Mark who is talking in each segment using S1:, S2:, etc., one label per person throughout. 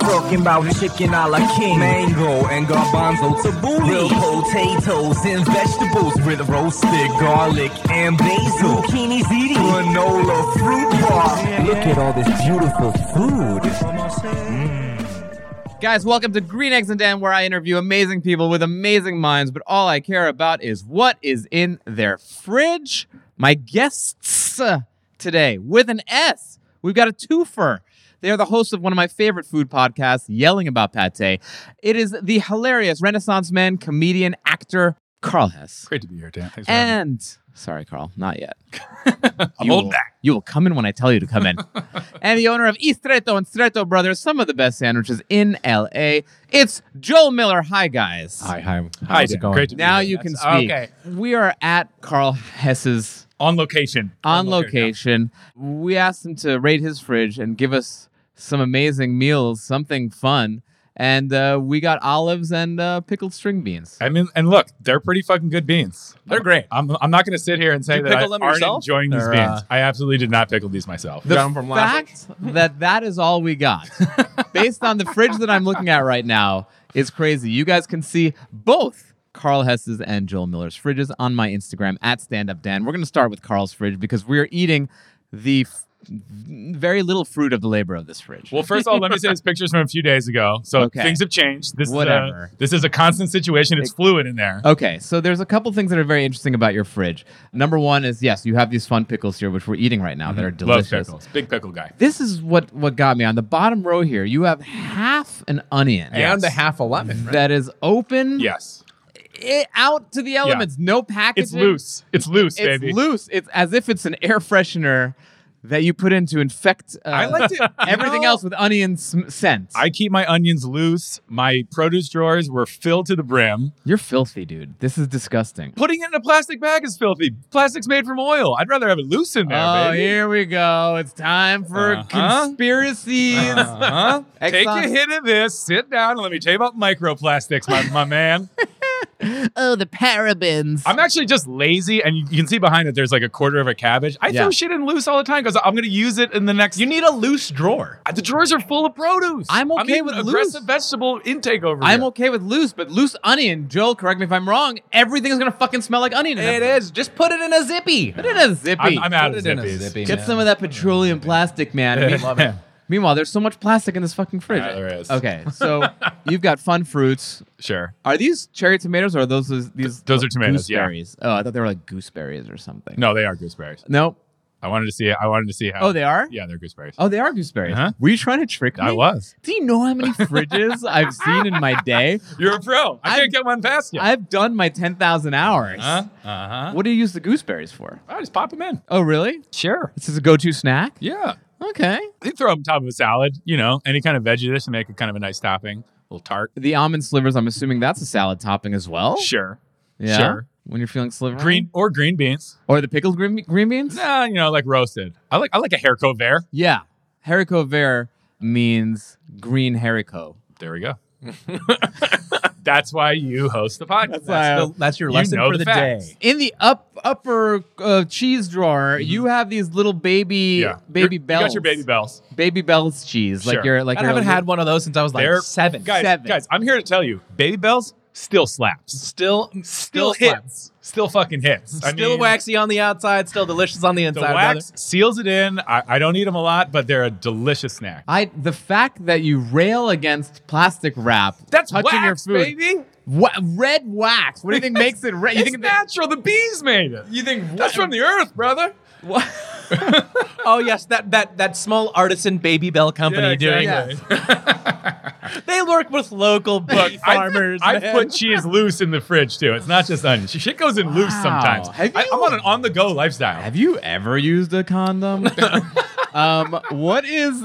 S1: Talking about chicken a la king, mango and garbanzo tabbouleh, real potatoes and vegetables with roasted garlic and basil, zucchini ziti, granola fruit bar. Look at all this beautiful food.
S2: Guys, welcome to Green Eggs and Dan, where I interview amazing people with amazing minds, but all I care about is what is in their fridge. My guests uh, today, with an S, we've got a twofer. They are the hosts of one of my favorite food podcasts, Yelling About Pate. It is the hilarious Renaissance man, comedian, actor, Carl Hess.
S3: Great to be here, Dan. Thanks for having me.
S2: And sorry, Carl, not yet.
S3: I'm
S2: You
S3: old
S2: will-
S3: now.
S2: You will come in when I tell you to come in. and the owner of Istretto and Stretto Brothers, some of the best sandwiches in LA. It's Joel Miller. Hi, guys.
S4: Hi, hi. How's
S3: Hi,
S4: it
S3: Dan.
S4: going?
S3: Great to be
S2: Now
S3: here.
S2: you can
S3: That's-
S2: speak.
S3: Okay.
S2: We are at Carl Hess's
S3: On location.
S2: on location. We asked him to raid his fridge and give us some amazing meals, something fun. And uh, we got olives and uh, pickled string beans.
S3: I mean, and look, they're pretty fucking good beans.
S4: They're great.
S3: I'm, I'm not going to sit here and say
S4: you
S3: that I
S4: pickle them
S3: aren't
S4: yourself?
S3: enjoying these
S4: They're,
S3: beans.
S4: uh,
S3: I absolutely did not pickle these myself.
S4: got 'em from last week?
S2: fact that that is all we got, based on the fridge that I'm looking at right now, is crazy. You guys can see both Carl Hess's and Joel Miller's fridges on my Instagram at Stand Up Dan. We're gonna start with Carl's fridge because we are eating the f- very little fruit of the labor of this fridge.
S3: Well, first of all, let me say this picture's from a few days ago. So
S2: Okay.
S3: things have changed. This
S2: Whatever. Oh,
S3: Is a, this is a constant situation. It's fluid in there.
S2: Okay, so there's a couple things that are very interesting about your fridge. Number one is yes, you have these fun pickles here, which we're eating right now that are
S3: Mm-hmm. Love
S2: delicious.
S3: pickles. Big pickle guy.
S2: This is what what got me on the bottom row here. You have half an onion
S4: And the half a lemon. Right?
S2: that is open.
S3: Yes.
S2: it out to the elements. No packaging.
S3: It's loose. It's loose,
S2: It's
S3: baby.
S2: loose. It's as if it's an air freshener that you put in to infect uh,
S4: I liked it.
S2: everything
S4: You know,
S2: else with onion sm- scent.
S3: I keep my onions loose. My produce drawers were filled to the brim.
S2: You're filthy, dude. This is disgusting.
S3: Putting it in a plastic bag is filthy. Plastic's made from oil. I'd rather have it loose in there,
S2: oh,
S3: baby.
S2: here we go. It's time for
S3: Uh-huh.
S2: conspiracies.
S3: Huh? Take
S2: Exxon-
S3: a hit of this, sit down, and let me tell you about microplastics, my, my man.
S2: Oh, the parabens.
S3: I'm actually just lazy, and you, you can see behind it there's like a quarter of a cabbage. I
S2: Yeah.
S3: throw shit in loose all the time because I'm going to use it in the next.
S4: You need a loose drawer.
S3: the drawers are full of produce.
S2: I'm okay
S3: eating
S2: with
S3: aggressive
S2: loose.
S3: vegetable intake over
S2: I'm
S3: here.
S2: okay with loose, but loose onion. Joel, correct me if I'm wrong. Everything is gonna fucking smell like onion.
S4: It is. Just put it in a zippy.
S2: Put it in a zippy.
S3: I'm, I'm out of
S4: Put it in a
S3: zippies.
S4: zippy.
S2: Get
S4: man.
S2: some of that petroleum plastic, man. I mean,
S4: Love it.
S2: Meanwhile, there's so much plastic in this fucking fridge.
S3: Yeah, there is.
S2: Okay, so you've got fun fruits.
S3: Sure.
S2: Are these cherry tomatoes or are those those- these?
S3: those are tomatoes, yeah.
S2: Gooseberries. Oh, I thought they were like gooseberries or something.
S3: No, they are gooseberries.
S2: Nope.
S3: I wanted to see. I wanted to see how.
S2: Oh, they are.
S3: Yeah, they're gooseberries.
S2: Oh, they are gooseberries.
S3: Uh-huh.
S2: Were you trying to trick me?
S3: I was.
S2: Do you know how many fridges I've seen in my day?
S3: You're a pro. I,
S2: I'm-
S3: can't get one past you.
S2: I've done my ten thousand hours.
S3: huh? Uh huh.
S2: What do you use the gooseberries for?
S3: I just pop them in.
S2: Oh, really?
S3: Sure.
S2: This is a go-to snack.
S3: Yeah.
S2: Okay.
S3: You throw them on top of a salad, you know, any kind of veggie dish to make it kind of a nice topping. A little tart.
S2: The almond slivers. I'm assuming that's a salad topping as well.
S3: Sure.
S2: Yeah.
S3: sure.
S2: When you're feeling slivery.
S3: Green or green beans.
S2: Or the pickled green, green beans.
S3: Nah, you know, like roasted. I like I like a haricot vert.
S2: Yeah. Haricot vert means green haricot.
S3: There we go. That's why you host the podcast.
S2: why
S4: That's,
S2: I-
S4: the, that's your
S3: You
S4: lesson
S3: know
S4: for
S3: the
S4: the,
S3: facts.
S4: day.
S2: In the up upper uh, cheese drawer, you have these little baby baby bells.
S3: You're- You got Mm-hmm. your baby bells.
S2: Baby bells cheese. Like
S3: Sure.
S2: you're like
S4: I
S2: your
S4: haven't
S2: little-
S4: had one of those since I was like
S3: They're-
S4: seven.
S3: Guys,
S2: Seven.
S3: guys, I'm here to tell you, baby bells still slaps.
S4: Still,
S3: Still,
S4: still,
S3: hits. Still fucking hits. I
S4: Still
S3: mean,
S4: waxy on the outside. Still delicious on the
S3: The
S4: inside. brother.
S3: wax seals it in. I, I don't eat them a lot, but they're a delicious snack.
S2: I the fact that you rail against plastic wrap
S3: That's
S2: touching your
S3: wax,
S2: food.
S3: baby.
S2: Wha- red wax. What do you think makes it red? You
S3: It's
S2: think that-
S3: natural. The bees made it.
S4: You think
S3: That's from the earth, brother.
S4: What? oh yes, that that that small artisan baby bell company doing
S2: exactly.
S4: it. They work with local
S3: Look,
S4: bee farmers.
S3: I, I
S4: man.
S3: put cheese loose in the fridge too. It's not just onions. Shit goes in loose
S2: Wow.
S3: sometimes.
S2: Have
S3: I,
S2: you-
S3: am on an on-the-go lifestyle.
S2: Have you ever used a condom? Um, what is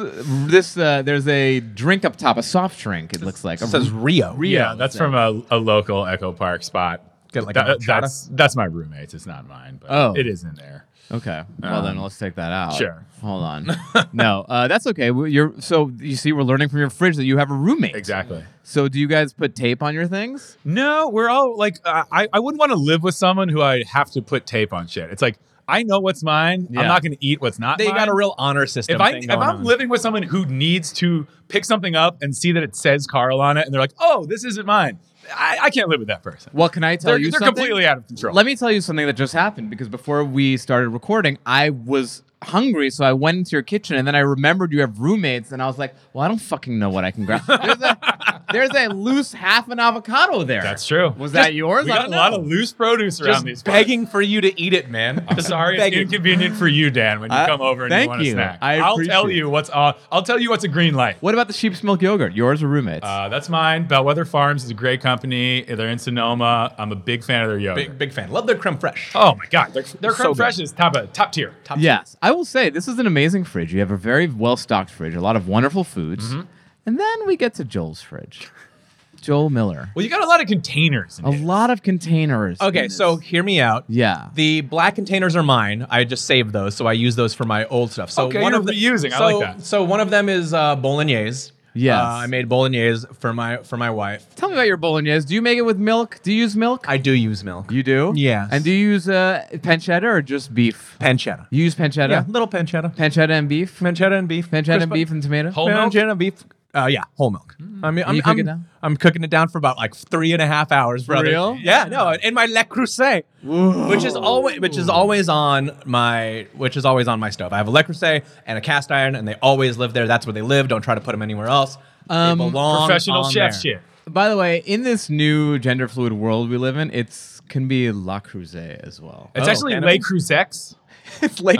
S2: this? Uh, there's a drink up top, a soft drink. It looks like.
S4: It says Rio.
S3: yeah, that's from a, a local Echo Park spot.
S4: Get like
S3: That-
S4: a horchata?
S3: that's that's my roommate's. It's not mine, but
S2: Oh.
S3: it is in there.
S2: Okay. Well, then
S3: Um,
S2: let's take that out.
S3: sure.
S2: Hold on. no, uh, that's okay. We- You're so you see, we're learning from your fridge that you have a roommate.
S3: Exactly.
S2: So, do you guys put tape on your things?
S3: No, we're all like, uh, I, I wouldn't want to live with someone who I have to put tape on shit. It's like, I know what's mine.
S2: Yeah.
S3: I'm not going to eat what's not
S4: They
S3: mine.
S4: got a real honor system.
S3: if I
S4: thing
S3: if
S4: going
S3: I'm
S4: on.
S3: living with someone who needs to pick something up and see that it says Carl on it, and they're like, "Oh, this isn't mine," I, I can't live with that person.
S2: Well, can I tell
S3: They're-
S2: you
S3: they're
S2: something?
S3: completely out of control.
S2: Let me tell you something that just happened because before we started recording, I was hungry, so I went into your kitchen and then I remembered you have roommates, and I was like, well, I don't fucking know what I can grab. there's, a, there's a loose half an avocado there.
S3: That's true.
S2: Was that yours?
S3: We
S2: I
S3: got a
S2: don't
S3: lot
S2: know.
S3: of loose produce around
S4: just
S3: these.
S4: begging for you to eat it, man.
S3: parts. Sorry, it's
S4: begging.
S3: inconvenient for you, Dan, when you
S2: I-
S3: come over and
S2: thank
S3: you want
S2: you.
S3: a snack.
S2: I
S3: will tell
S2: appreciate
S3: you what's on. I'll tell you what's a green light.
S2: What about the sheep's milk yogurt? Yours or roommates?
S3: Uh, that's mine. Bellwether Farms is a great company. They're in Sonoma. I'm a big fan of their yogurt.
S4: Big big fan. Love their creme fraiche.
S3: Oh my god, their, their
S4: So
S3: creme
S4: good.
S3: fraiche is top of, top tier. Top
S2: Yes, I will say this is an amazing fridge. You have a very well stocked fridge, a lot of wonderful foods,
S3: Mm-hmm.
S2: and then we get to Joel's fridge, Joel Miller.
S3: Well, you got a lot of containers. In
S2: A
S3: here.
S2: lot of containers. in
S4: Oh, Okay,
S2: this.
S4: so hear me out.
S2: yeah,
S4: The black containers are mine. I just saved those, so I use those for my old stuff. So
S3: Okay,
S4: one
S3: you're
S4: of the,
S3: reusing. I
S4: so,
S3: like that.
S4: So one of them is uh, bolognese.
S2: Yes.
S4: Uh, I made bolognese for my for my wife.
S2: tell me about your bolognese. Do you make it with milk? Do you use milk?
S4: I do use milk.
S2: you do.
S4: Yes.
S2: And do you use uh, pancetta or just beef?
S4: pancetta.
S2: You use pancetta.
S4: Yeah, little pancetta.
S2: Pancetta and beef.
S4: Pancetta and beef.
S2: Pancetta and beef and tomato.
S3: Whole milk?
S4: Pancetta beef. Uh, yeah, whole milk. I mean, I'm,
S2: you cook
S4: I'm,
S2: it down?
S4: I'm cooking it down for about like three and a half hours, brother.
S2: real?
S4: Yeah, no, in my Le Creuset, which is always which is always on my which is always on my stove. I have a Le Creuset and a cast iron, and they always live there. That's where they live. Don't try to put them anywhere else.
S2: Um,
S4: they belong
S3: professional
S4: on
S3: chef
S4: there.
S3: shit.
S2: By the way, in this new gender fluid world we live in, it's can be La Creuset as well.
S3: It's
S4: Oh,
S3: actually
S4: cannibal.
S3: Le Cruzex.
S2: It's La
S3: Um,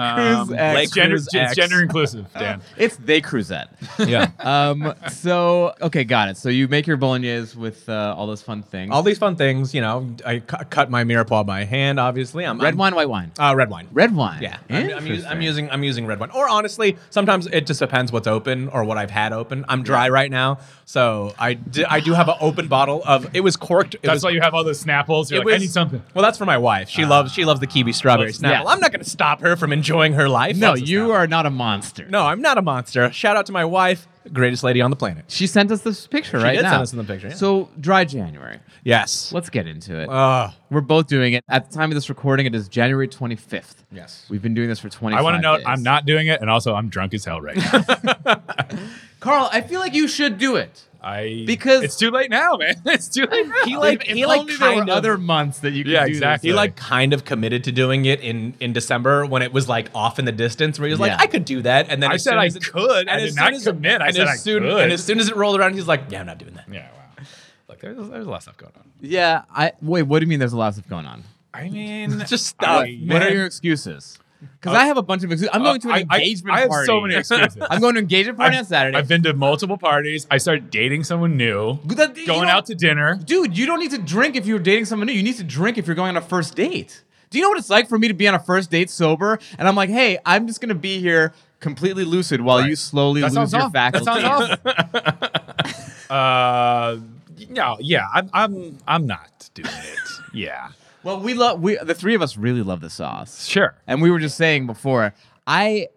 S2: Creuset.
S3: it's gender,
S4: Cruz
S3: it's
S4: X.
S3: gender inclusive, Dan.
S2: It's they Cruzette.
S4: Yeah,
S2: Um, so okay, got it. So you make your bolognese with uh, all those fun things.
S4: all these fun things. You know, I cu- cut my mirepoix by hand. Obviously, I'm
S2: red
S4: I'm-
S2: wine, white wine.
S4: Uh, red wine.
S2: Red wine.
S4: Yeah, I'm, I'm, us- I'm
S2: Interesting.
S4: using I'm using red wine. Or honestly, sometimes it just depends what's open or what I've had open. I'm dry right now, so I di- I do have an open bottle of. It was corked. It
S3: That's
S4: was,
S3: why you have all those Snapples. You're
S4: it
S3: like, I
S4: was-
S3: need something.
S4: Well, that's for my wife. She loves she loves the kiwi strawberry
S3: loves-
S4: snapple.
S2: yeah.
S4: I'm not going to stop her from enjoying her life.
S2: No,
S4: Loves the
S2: you
S4: Snapple.
S2: are not a monster.
S4: No, I'm not a monster. Shout out to my wife, greatest lady on the planet.
S2: She sent us this picture right
S4: did
S2: now.
S4: send us in the picture, yeah.
S2: So dry January.
S4: Yes.
S2: Let's get into it.
S4: Uh,
S2: We're both doing it at the time of this recording. It is January 25th.
S4: Yes.
S2: We've been doing this for 20.
S3: I want to know
S2: Days.
S3: I'm not doing it, and also I'm drunk as hell right now.
S2: Carl. I feel like you should do it.
S3: I
S2: Because-
S3: it's too late now, man. It's too late. Now.
S4: he like
S2: If
S4: he like
S2: only there were
S4: kind of
S2: other months that you could
S3: Yeah,
S2: do this.
S3: exactly.
S4: He like kind of committed to doing it in in December when it was like off in the distance, where he was like,
S2: Yeah.
S4: "I could do that," and then
S3: I
S4: as
S3: said
S4: soon
S3: I
S4: as it-
S3: could. I
S4: and
S3: did
S4: as
S3: not
S4: soon as it-
S3: commit. I
S4: and
S3: said
S4: as
S3: I
S4: soon,
S3: could.
S4: And as soon as it rolled around, he's like, "Yeah, I'm not doing that."
S3: yeah, wow.
S4: Like there's there's a lot of stuff going on.
S2: Yeah. I wait. What do you mean? There's a lot of stuff going on.
S3: I mean,
S4: Just stop.
S3: I-
S2: What are
S3: man.
S2: your excuses? Because I have a bunch of excuses. I'm going to
S3: I-
S2: an
S3: I-
S2: engagement
S3: I have
S2: party.
S3: so many excuses.
S2: I'm going to an engagement party on Saturday.
S3: I've been to multiple parties. I started dating someone new.
S2: That- you
S3: Going
S2: don't-
S3: out to dinner.
S2: Dude, you don't need to drink if you're dating someone new. You need to drink if you're going on a first date. Do you know what it's like for me to be on a first date sober? And I'm like, hey, I'm just going to be here completely lucid while you slowly
S3: That
S2: lose
S3: sounds
S2: your
S3: awful. That
S2: faculty.
S3: sounds Uh, no, yeah, I'm, I'm, I'm not doing it. yeah,
S2: Well, we love we the three of us really love the sauce.
S3: Sure.
S2: And we were just saying before, I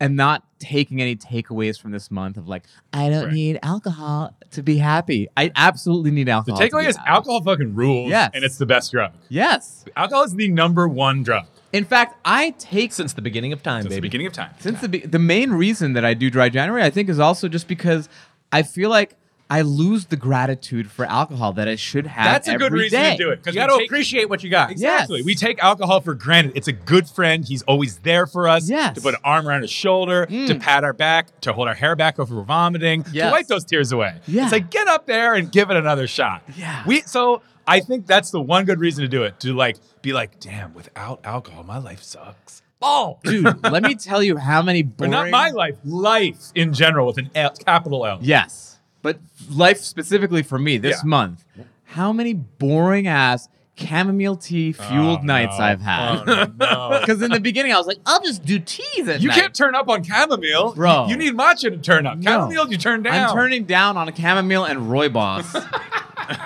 S2: am not taking any takeaways from this month of like I don't
S3: Right.
S2: need alcohol to be happy. I absolutely need
S3: The
S2: alcohol. to
S3: takeaway
S2: be
S3: is
S2: happy.
S3: alcohol fucking rules.
S2: Yes.
S3: And it's the best drug.
S2: Yes.
S3: Alcohol is the number one drug
S2: In fact, I take
S4: Since the beginning of time,
S3: since the
S4: baby.
S3: beginning of time.
S2: since the be- the main reason that I do dry January, I think, is also just because I feel like I lose the gratitude for alcohol that I should have.
S3: That's a good
S2: every
S3: reason
S2: day.
S3: to do it. 'cause
S4: you
S3: we
S4: got to
S3: take-
S4: appreciate what you got.
S3: Exactly.
S2: Yes.
S3: We take alcohol for granted. It's a good friend. He's always there for us.
S2: Yes. Mm.
S3: To put an arm around his shoulder, to pat our back, to hold our hair back if we're vomiting,
S2: Yes.
S3: to wipe those tears away.
S2: Yeah.
S3: It's like get up there and give it another shot.
S2: Yeah.
S3: We so I think that's the one good reason to do it. To like be like, damn, without alcohol, my life sucks. Ball.
S2: Oh, Dude, let me tell you how many
S3: But
S2: boring.
S3: not my life. Life in general with an L, capital L.
S2: Yes, but life specifically for me this
S3: Yeah.
S2: month. How many boring ass chamomile tea fueled
S3: Oh,
S2: nights
S3: no.
S2: I've had.
S3: Oh, no.
S2: Because in the beginning, I was like, I'll just do teas at
S3: You
S2: night.
S3: can't turn up on chamomile.
S2: Bro.
S3: You, you need matcha to turn up.
S2: No.
S3: Chamomile, you turn down.
S2: I'm turning down on chamomile and rooibos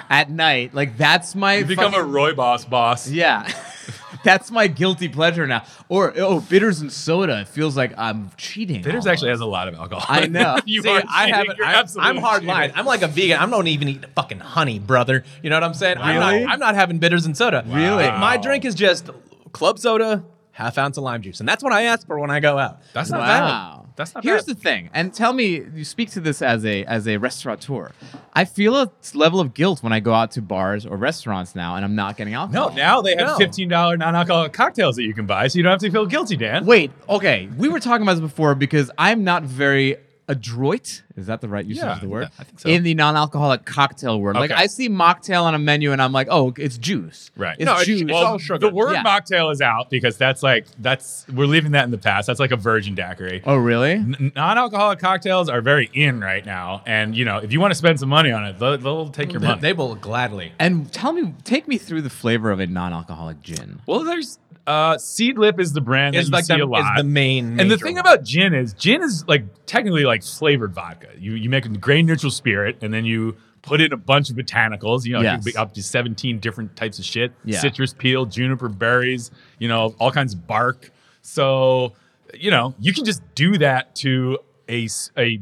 S2: at night. Like that's my
S3: You become a
S2: fucking-
S3: Roy Boss boss.
S2: yeah. that's my guilty pleasure now. Or oh, bitters and soda. It feels like I'm cheating.
S3: Bitters
S2: almost.
S3: actually has a lot of alcohol.
S2: I know.
S3: you
S4: See,
S3: are
S4: I
S3: cheating.
S4: haven't.
S3: You're
S4: I,
S3: absolutely
S4: I'm hard
S3: cheating.
S4: line. I'm like a vegan. I don't even eat fucking honey, brother. You know what I'm saying? I'm
S2: Really?
S4: not, I'm not having bitters and soda.
S3: Really?
S4: Like, my drink is just club soda, half ounce of lime juice, and that's what I ask for when I go out.
S3: That's not
S2: Oh. Wow.
S3: bad. That's not
S2: Here's
S3: bad.
S2: the thing, and tell me, you speak to this as a as a restaurateur. I feel a level of guilt when I go out to bars or restaurants now, and I'm not getting
S3: no,
S2: alcohol.
S3: now they have
S4: No.
S3: $15 non-alcoholic cocktails that you can buy, so you don't have to feel guilty, Dan.
S2: Wait, okay. We were talking about this before because I'm not very adroit. Is that the right usage
S3: Yeah,
S2: of the word?
S3: yeah, I think so.
S2: In the non-alcoholic cocktail world, like
S3: Okay.
S2: I see mocktail on a menu and I'm like, oh, it's juice.
S3: Right.
S2: It's
S3: no,
S2: juice.
S3: well, The word
S2: Yeah.
S3: mocktail is out because that's like that's we're leaving that in the past. That's like a virgin daiquiri.
S2: oh, really?
S3: N- non-alcoholic cocktails are very in right now, and you know if you want to spend some money on it, they'll, they'll take your
S4: They,
S3: money.
S4: they will gladly.
S2: And tell me, take me through the flavor of a non-alcoholic gin.
S3: well, there's uh, Seed Lip is the brand that
S4: Is
S3: you
S4: like
S3: see
S4: the,
S3: a lot.
S4: is the main.
S3: and the
S4: major
S3: thing
S4: one.
S3: about gin is gin is like technically like flavored vodka. You you make a grain neutral spirit, and then you put in a bunch of botanicals. You know,
S2: Yes.
S3: it could be up to seventeen different types of shit:
S2: Yeah.
S3: citrus peel, juniper berries. You know, all kinds of bark. So you know, you can just do that to a s- a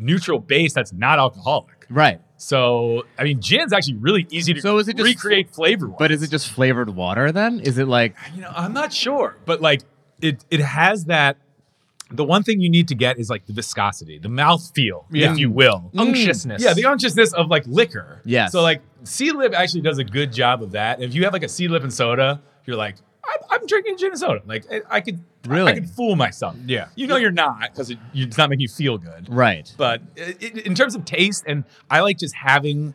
S3: neutral base that's not alcoholic.
S2: Right.
S3: So I mean, gin's actually really easy to
S2: So is it just-
S3: recreate flavor.
S2: But is it just flavored water then? Is it like
S3: You know, I'm not sure, but like it it has that. The one thing you need to get is like the viscosity, the mouth feel,
S4: Yeah.
S3: if you will.
S4: unctuousness.
S3: Yeah, the unctuousness of like liquor.
S2: Mm. Yes.
S3: So like Sea Lip actually does a good job of that. If you have like a Sea Lip and soda, you're like, I'm, I'm drinking gin and soda. Like I, I could
S2: Really?
S3: I could fool myself.
S4: Yeah.
S3: You know you're not because it, you- it's not making you feel good.
S2: right?
S3: But i i in terms of taste, and I like just having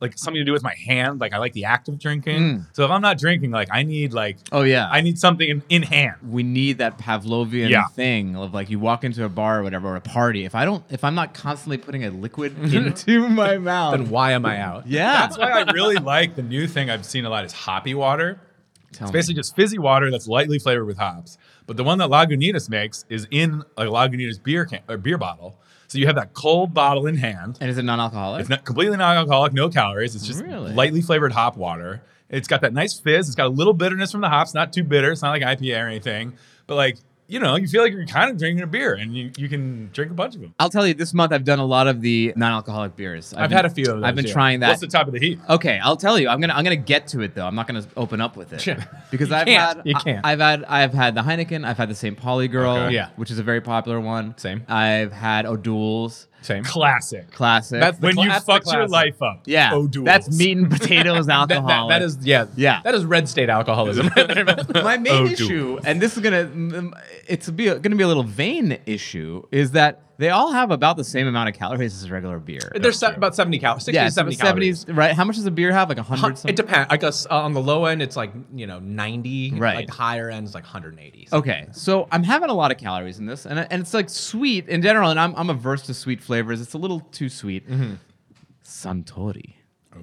S3: like something to do with my hand. Like I like the act of drinking. So if I'm not drinking, like I need like
S2: Mm. Oh yeah.
S3: I need something in, in hand.
S2: we need that Pavlovian
S3: Yeah.
S2: thing of like you walk into a bar or whatever or a party. If I don't, if I'm not constantly putting a liquid into my
S4: Then
S2: mouth,
S4: why am I out?
S2: yeah,
S3: That's why I really like the new thing I've seen a lot is hoppy water.
S2: Tell
S3: it's
S2: me.
S3: basically just fizzy water that's lightly flavored with hops. But the one that Lagunitas makes is in a Lagunitas beer can or beer bottle. So you have that cold bottle in hand.
S2: and is it non-alcoholic?
S3: It's not completely non-alcoholic, no calories. It's just
S2: Really?
S3: lightly flavored hop water. It's got that nice fizz. It's got a little bitterness from the hops, not too bitter. It's not like IPA or anything. But like, you know, you feel like you're kind of drinking a beer and you, you can drink a bunch of them.
S2: I'll tell you, this month I've done a lot of the non-alcoholic beers.
S4: I've
S2: been-
S4: had a few of
S2: I've
S4: those,
S2: been
S4: yeah.
S2: trying that.
S3: What's the top of the heap?
S2: okay, I'll tell you. I'm gonna I'm gonna get to it though. I'm not gonna open up with it
S4: Sure.
S2: because
S4: You
S2: I've
S4: can't.
S2: had
S4: You
S2: I-
S4: can't.
S2: I've had I've had the Heineken. I've had the St. Pauli Girl,
S3: Okay.
S4: Yeah.
S2: which is a very popular one.
S4: Same.
S2: I've had O'Doul's
S4: Same.
S3: Classic.
S2: classic.
S4: That's the
S3: when
S4: cla-
S3: you
S4: that's the
S3: fucked your
S4: classic.
S3: life up.
S2: yeah,
S3: O'Doul's.
S2: that's meat and potatoes
S4: That,
S2: alcohol.
S4: that, that is yeah
S2: Yeah.
S4: That is red state alcoholism.
S2: My main
S3: O'Doul.
S2: issue, and this is gonna mm, it's be gonna be a little vain issue, is that they all have about the same amount of calories as regular beer.
S4: There's se- about seventy calories, sixty
S2: yeah,
S4: to seventy
S2: so about
S4: calories.
S2: 70s, right? How much does a beer have? Like a
S4: Hun-
S2: hundred.
S4: It
S2: something?
S4: depends. I guess uh, on the low end, it's like you know ninety.
S2: Right.
S4: Like the higher end is like hundred and eighty.
S2: Okay, so I'm having a lot of calories in this, and and it's like sweet in general, and I'm I'm averse to sweet flavors. It's a little too sweet. Suntory,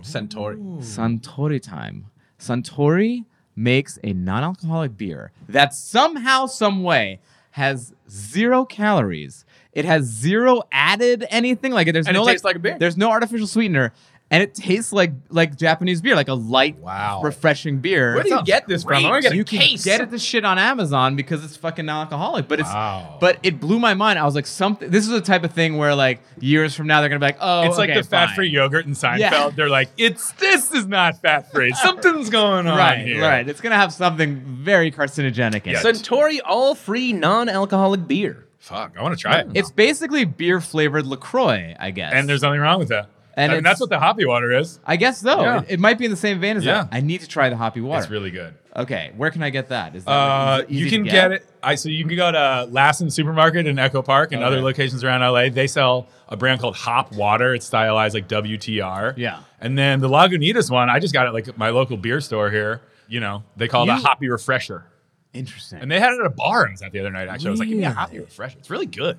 S4: Centauri.
S2: Suntory time. Suntory makes a non-alcoholic beer that somehow, some way, has zero calories. It has zero added anything. Like there's
S4: And it
S2: no
S4: tastes like a beer.
S2: There's no artificial sweetener, and it tastes like like Japanese beer, like a light,
S4: Wow.
S2: refreshing beer.
S4: Where do you
S3: sounds
S4: get this from? I want to
S3: great.
S4: get a
S2: You can
S4: case.
S2: get it the shit on Amazon because it's fucking non-alcoholic. But it's
S3: Wow.
S2: but it blew my mind. I was like, something. This is the type of thing where like years from now they're gonna be like, oh,
S3: It's like
S2: okay,
S3: the fat
S2: fine.
S3: free yogurt in Seinfeld.
S2: Yeah.
S3: They're like, it's this is not fat free. Something's going on
S2: Right,
S3: here.
S2: right. It's gonna have something very carcinogenic in
S3: Yeah.
S2: it.
S4: Centauri all free non-alcoholic beer.
S3: Fuck, I want to try it.
S2: It's basically beer flavored Lacroix, I guess.
S3: and there's nothing wrong with that.
S2: And
S3: And I mean,
S2: it's-
S3: that's what the hoppy water is.
S2: I guess though,
S3: Yeah.
S2: it, it might be in the same vein as that.
S3: Yeah.
S2: I need to try the hoppy water.
S3: It's really good.
S2: okay, where can I get that? Is that
S3: Uh,
S2: like, easy
S3: you
S2: to
S3: can get? it. I so you can go to Lassen Supermarket in Echo Park and other
S2: Okay.
S3: locations around LA. They sell a brand called Hop Water. It's stylized like WTR.
S2: Yeah.
S3: And then the Lagunitas one, I just got it like at my local beer store here. You know, they call it
S2: You-
S3: a hoppy refresher.
S2: Interesting.
S3: And they had it at a bar I was at the other night. Actually, I was like, "Give me a
S2: Really?
S3: hoppy refresher. It's really good."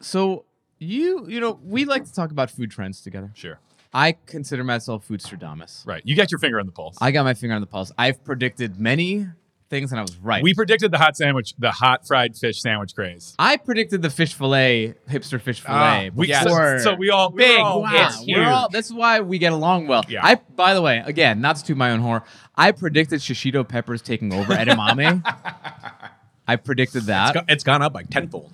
S2: so you you know we like to talk about food trends together.
S3: Sure.
S2: I consider myself Foodstradamus.
S3: Right. You got your finger on the pulse.
S2: I got my finger on the pulse. I've predicted many things, and I was right.
S3: we predicted the hot sandwich, the hot fried fish sandwich craze.
S2: I predicted the fish fillet, hipster fish fillet.
S3: Ah, we-
S2: before-
S3: so- so we all- we were
S2: big.
S3: all-
S2: wow.
S3: it's
S2: We're all-
S3: huge.
S2: that's why we get along well.
S3: Yeah.
S2: I, by the way, again, not to toot my own horn, I predicted shishito peppers taking over edamame. I predicted that.
S4: Uh, It's go- it's gone up like tenfold.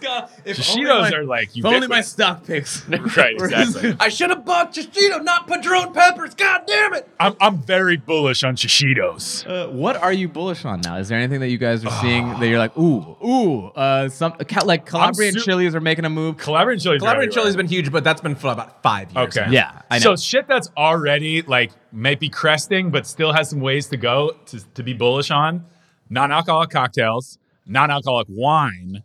S3: Shishitos are like
S2: If only my
S3: ubiquitous.
S2: stock picks.
S3: Right, exactly.
S4: I should have bought Chishito, not Padron Peppers. God damn it!
S3: I'm, I'm very bullish on Shishitos.
S2: Uh, what are you bullish on now? Is there anything that you guys are seeing that you're like, ooh, ooh, uh, some ca- like Calabrian
S3: su-
S2: chilies are making a move?
S3: Collaborating chili's
S4: Collaborative
S3: chili's
S4: chili's been huge, but that's been for about five years.
S3: Okay.
S4: now.
S2: Yeah, I know.
S3: So shit that's already like might be cresting, but still has some ways to go to, to be bullish on. Non-alcoholic cocktails, non-alcoholic wine,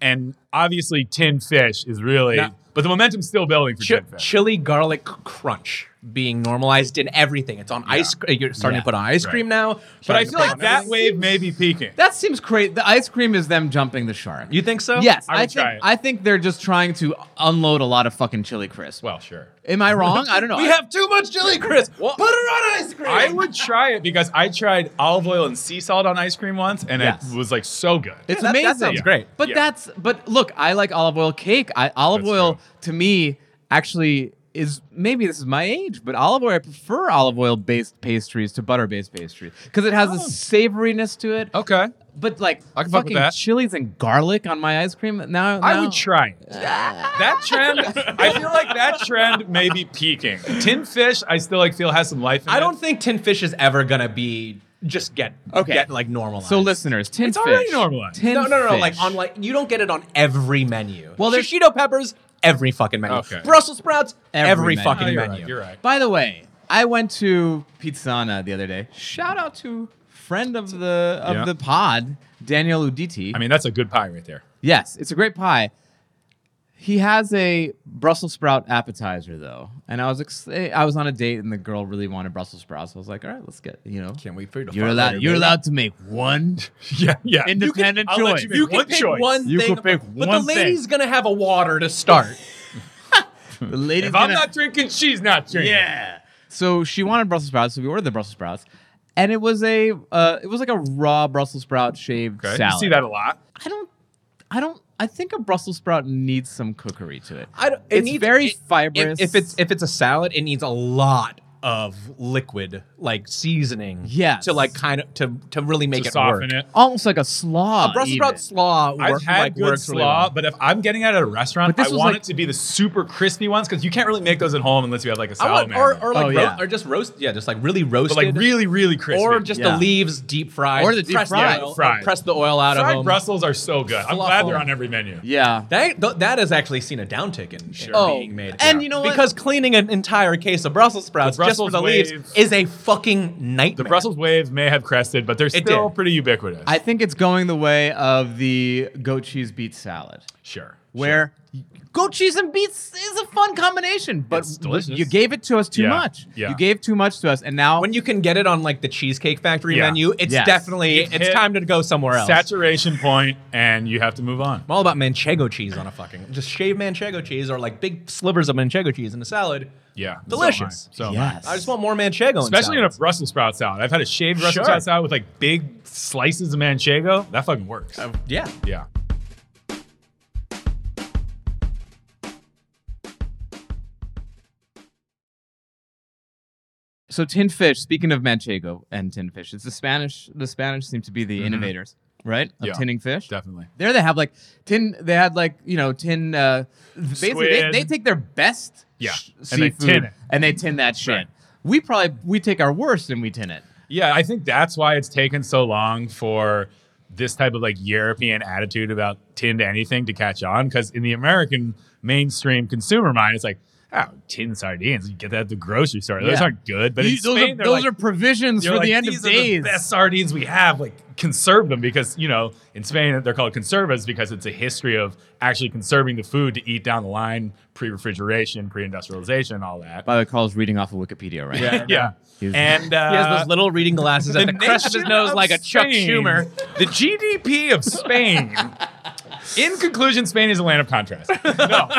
S3: and obviously tin fish is really.
S4: Now-
S3: but the momentum's still building for
S4: Chi-
S3: tin fish.
S4: chili garlic crunch being normalized in everything. It's on ice. cr- You're starting
S2: Yeah.
S4: to put on ice
S3: Right.
S4: cream now.
S3: But I
S4: starting to
S3: feel
S4: put
S3: like
S4: on
S3: that
S4: everything.
S3: wave may be peaking.
S2: that seems crazy. The ice cream is them jumping the shark.
S4: You think so?
S2: Yes,
S3: I would
S2: I,
S3: try
S2: think
S3: it.
S2: I think they're just trying to unload a lot of fucking chili crisp.
S3: Well, sure.
S2: Am I wrong? I don't know.
S4: We have too much chili, Chris.
S2: Well-
S4: put it on ice cream.
S3: I would try it because I tried olive oil and sea salt on ice cream once, and
S2: Yes.
S3: it was like so good.
S2: It's
S4: Yeah, that-
S2: amazing.
S4: that sounds great.
S2: But
S3: Yeah.
S2: that's but look, I like olive oil cake. I, olive
S3: That's
S2: oil
S3: true.
S2: to me actually is maybe this is my age, but olive oil I prefer olive oil based pastries to butter based pastries because it has a savoriness to it.
S3: okay.
S2: But like
S3: Oh. I can fuck
S2: fucking
S3: with that.
S2: chilies and garlic on my ice cream now.
S3: I
S2: now-
S3: would try it. That trend, I feel like that trend may be peaking. Tin fish, I still like feel has some life. In
S4: I
S3: it.
S4: don't think tin fish is ever gonna be just get
S2: Okay.
S4: get like normalized.
S2: So listeners, tin
S3: It's
S2: fish.
S3: already normalized.
S2: Tin
S4: no, no, no, no,
S2: fish.
S4: like on like you don't get it on every menu.
S2: Well,
S4: Well,
S2: there's-
S4: there's shishito peppers every fucking menu.
S3: Okay.
S4: Brussels sprouts
S2: Every
S4: every,
S2: menu.
S3: Oh,
S4: fucking
S3: you're
S4: menu.
S3: right. You're right.
S2: By the way, I went to Pizzana the other day. Shout out to friend of the of
S3: Yeah.
S2: the pod, Daniel Uditi.
S3: I mean, that's a good pie right there.
S2: Yes, it's a great pie. He has a Brussels sprout appetizer though, and I was ex- I was on a date and the girl really wanted Brussels sprouts. So I was like, all right, let's get you know.
S4: Can't wait for you to
S2: You're
S4: fuck
S2: allowed.
S4: later,
S2: you're
S4: baby.
S2: allowed to make one.
S3: Yeah, yeah.
S2: Independent
S3: I'll let
S2: choice.
S3: you make
S4: You can
S3: one
S4: pick
S3: choice.
S4: one
S2: You
S4: thing,
S2: can pick
S4: but
S2: one
S4: the
S2: thing.
S4: lady's gonna have a water to start.
S2: The lady's
S3: If I'm
S2: gonna-
S3: not drinking, she's not drinking.
S2: Yeah. So she wanted Brussels sprouts, so we ordered the Brussels sprouts, and it was a uh, it was like a raw Brussels sprout shaved
S3: Okay. You
S2: salad.
S3: see that a lot.
S2: I don't. I don't. I think a Brussels sprout needs some cookery to it.
S4: I don't, it
S2: it's
S4: needs-
S2: very
S4: it- if-
S2: fibrous.
S4: If, it's if it's a salad, it needs a lot of liquid, like seasoning,
S2: Yes.
S4: to like kind of to to really make
S3: To
S4: it
S3: soften
S4: work.
S3: it.
S2: almost like a slaw.
S4: A Brussels
S2: even.
S4: sprout slaw work,
S3: I've had
S4: like,
S3: good
S4: works
S3: slaw,
S4: really well.
S3: but if I'm getting it at a restaurant,
S2: But this
S3: I
S2: was
S3: want
S2: like-
S3: it to be the super crispy ones because you can't really make those at home unless you have like a
S4: I want,
S3: salamander.
S4: or, or like
S2: Oh,
S4: ro-
S2: yeah.
S4: or just roast, yeah, just like really roasted,
S3: but like really, really crispy.
S4: or just
S2: Yeah.
S4: the leaves deep fried,
S2: Or the deep
S4: press
S2: fried.
S4: oil,
S3: Fried.
S4: press the oil out of
S3: fried
S4: them.
S3: Brussels are so good. I'm glad
S4: Fluffle.
S3: they're on every menu.
S2: Yeah.
S4: That, th- that has actually seen a downtick in, in being made.
S2: Oh, and you know what?
S4: Because cleaning an entire case of Brussels sprouts just for
S3: Brussels
S4: the
S3: wave-
S4: leaves is a fucking nightmare.
S3: The Brussels wave may have crested, but they're still
S4: did.
S3: pretty ubiquitous.
S2: I think it's going the way of the goat cheese beet salad,
S3: sure.
S2: where goat cheese and beets is a fun combination, but
S3: It's delicious.
S2: you gave it to us too
S3: Yeah,
S2: much.
S3: yeah.
S2: You gave too much to us, and now
S4: when you can get it on like the Cheesecake Factory
S3: Yeah.
S4: menu, it's
S2: Yes.
S4: definitely
S3: You've
S4: it's
S3: hit
S4: time to go somewhere else.
S3: Saturation point, and you have to move on.
S4: I'm all about manchego cheese on a fucking just shave manchego cheese or like big slivers of manchego cheese in a salad.
S3: Yeah, so
S4: delicious.
S3: am I. So am I.
S2: yes,
S4: I just want more manchego,
S3: Especially in a
S4: salads.
S3: Brussels sprout salad. I've had a shaved Brussels
S4: Sure.
S3: sprout salad with like big slices of manchego. That fucking works.
S4: yeah.
S3: yeah.
S2: So tin fish. Speaking of manchego and tin fish, it's the Spanish. The Spanish seem to be the innovators, right? Of
S3: Mm-hmm. Yeah,
S2: tinning fish.
S3: definitely.
S2: There they have like tin. They had like you know tin. Uh, basically, they,
S3: Squid.
S2: they take their best
S3: Yeah,
S2: sh-
S3: and they
S2: seafood
S3: tin it.
S2: and they tin that shit.
S3: Right.
S2: We probably we take our worst and we tin it.
S3: Yeah, I think that's why it's taken so long for this type of like European attitude about tin to anything to catch on. Because in the American mainstream consumer mind, it's like, oh, tin sardines, you get that at the grocery store. Those
S2: Yeah.
S3: aren't good. But
S2: You-
S3: in
S2: those
S3: Spain,
S2: are,
S3: they're
S2: those
S3: like-
S2: are provisions
S3: they're
S2: for
S3: like,
S2: the end
S3: These
S2: of
S3: are
S2: days.
S3: The best sardines we have. Like conserve them because you know in Spain they're called conservas because it's a history of actually conserving the food to eat down the line, pre-refrigeration, pre-industrialization, all that.
S2: By the way, Carl's reading off of Wikipedia, right?
S3: yeah, yeah.
S2: He's-
S3: and uh,
S4: He has those little reading glasses at the crest of his
S3: nation
S4: nose
S3: of
S4: like a Chuck
S3: Spain.
S4: Schumer.
S3: The GDP of Spain. In conclusion, Spain is a land of contrast. No.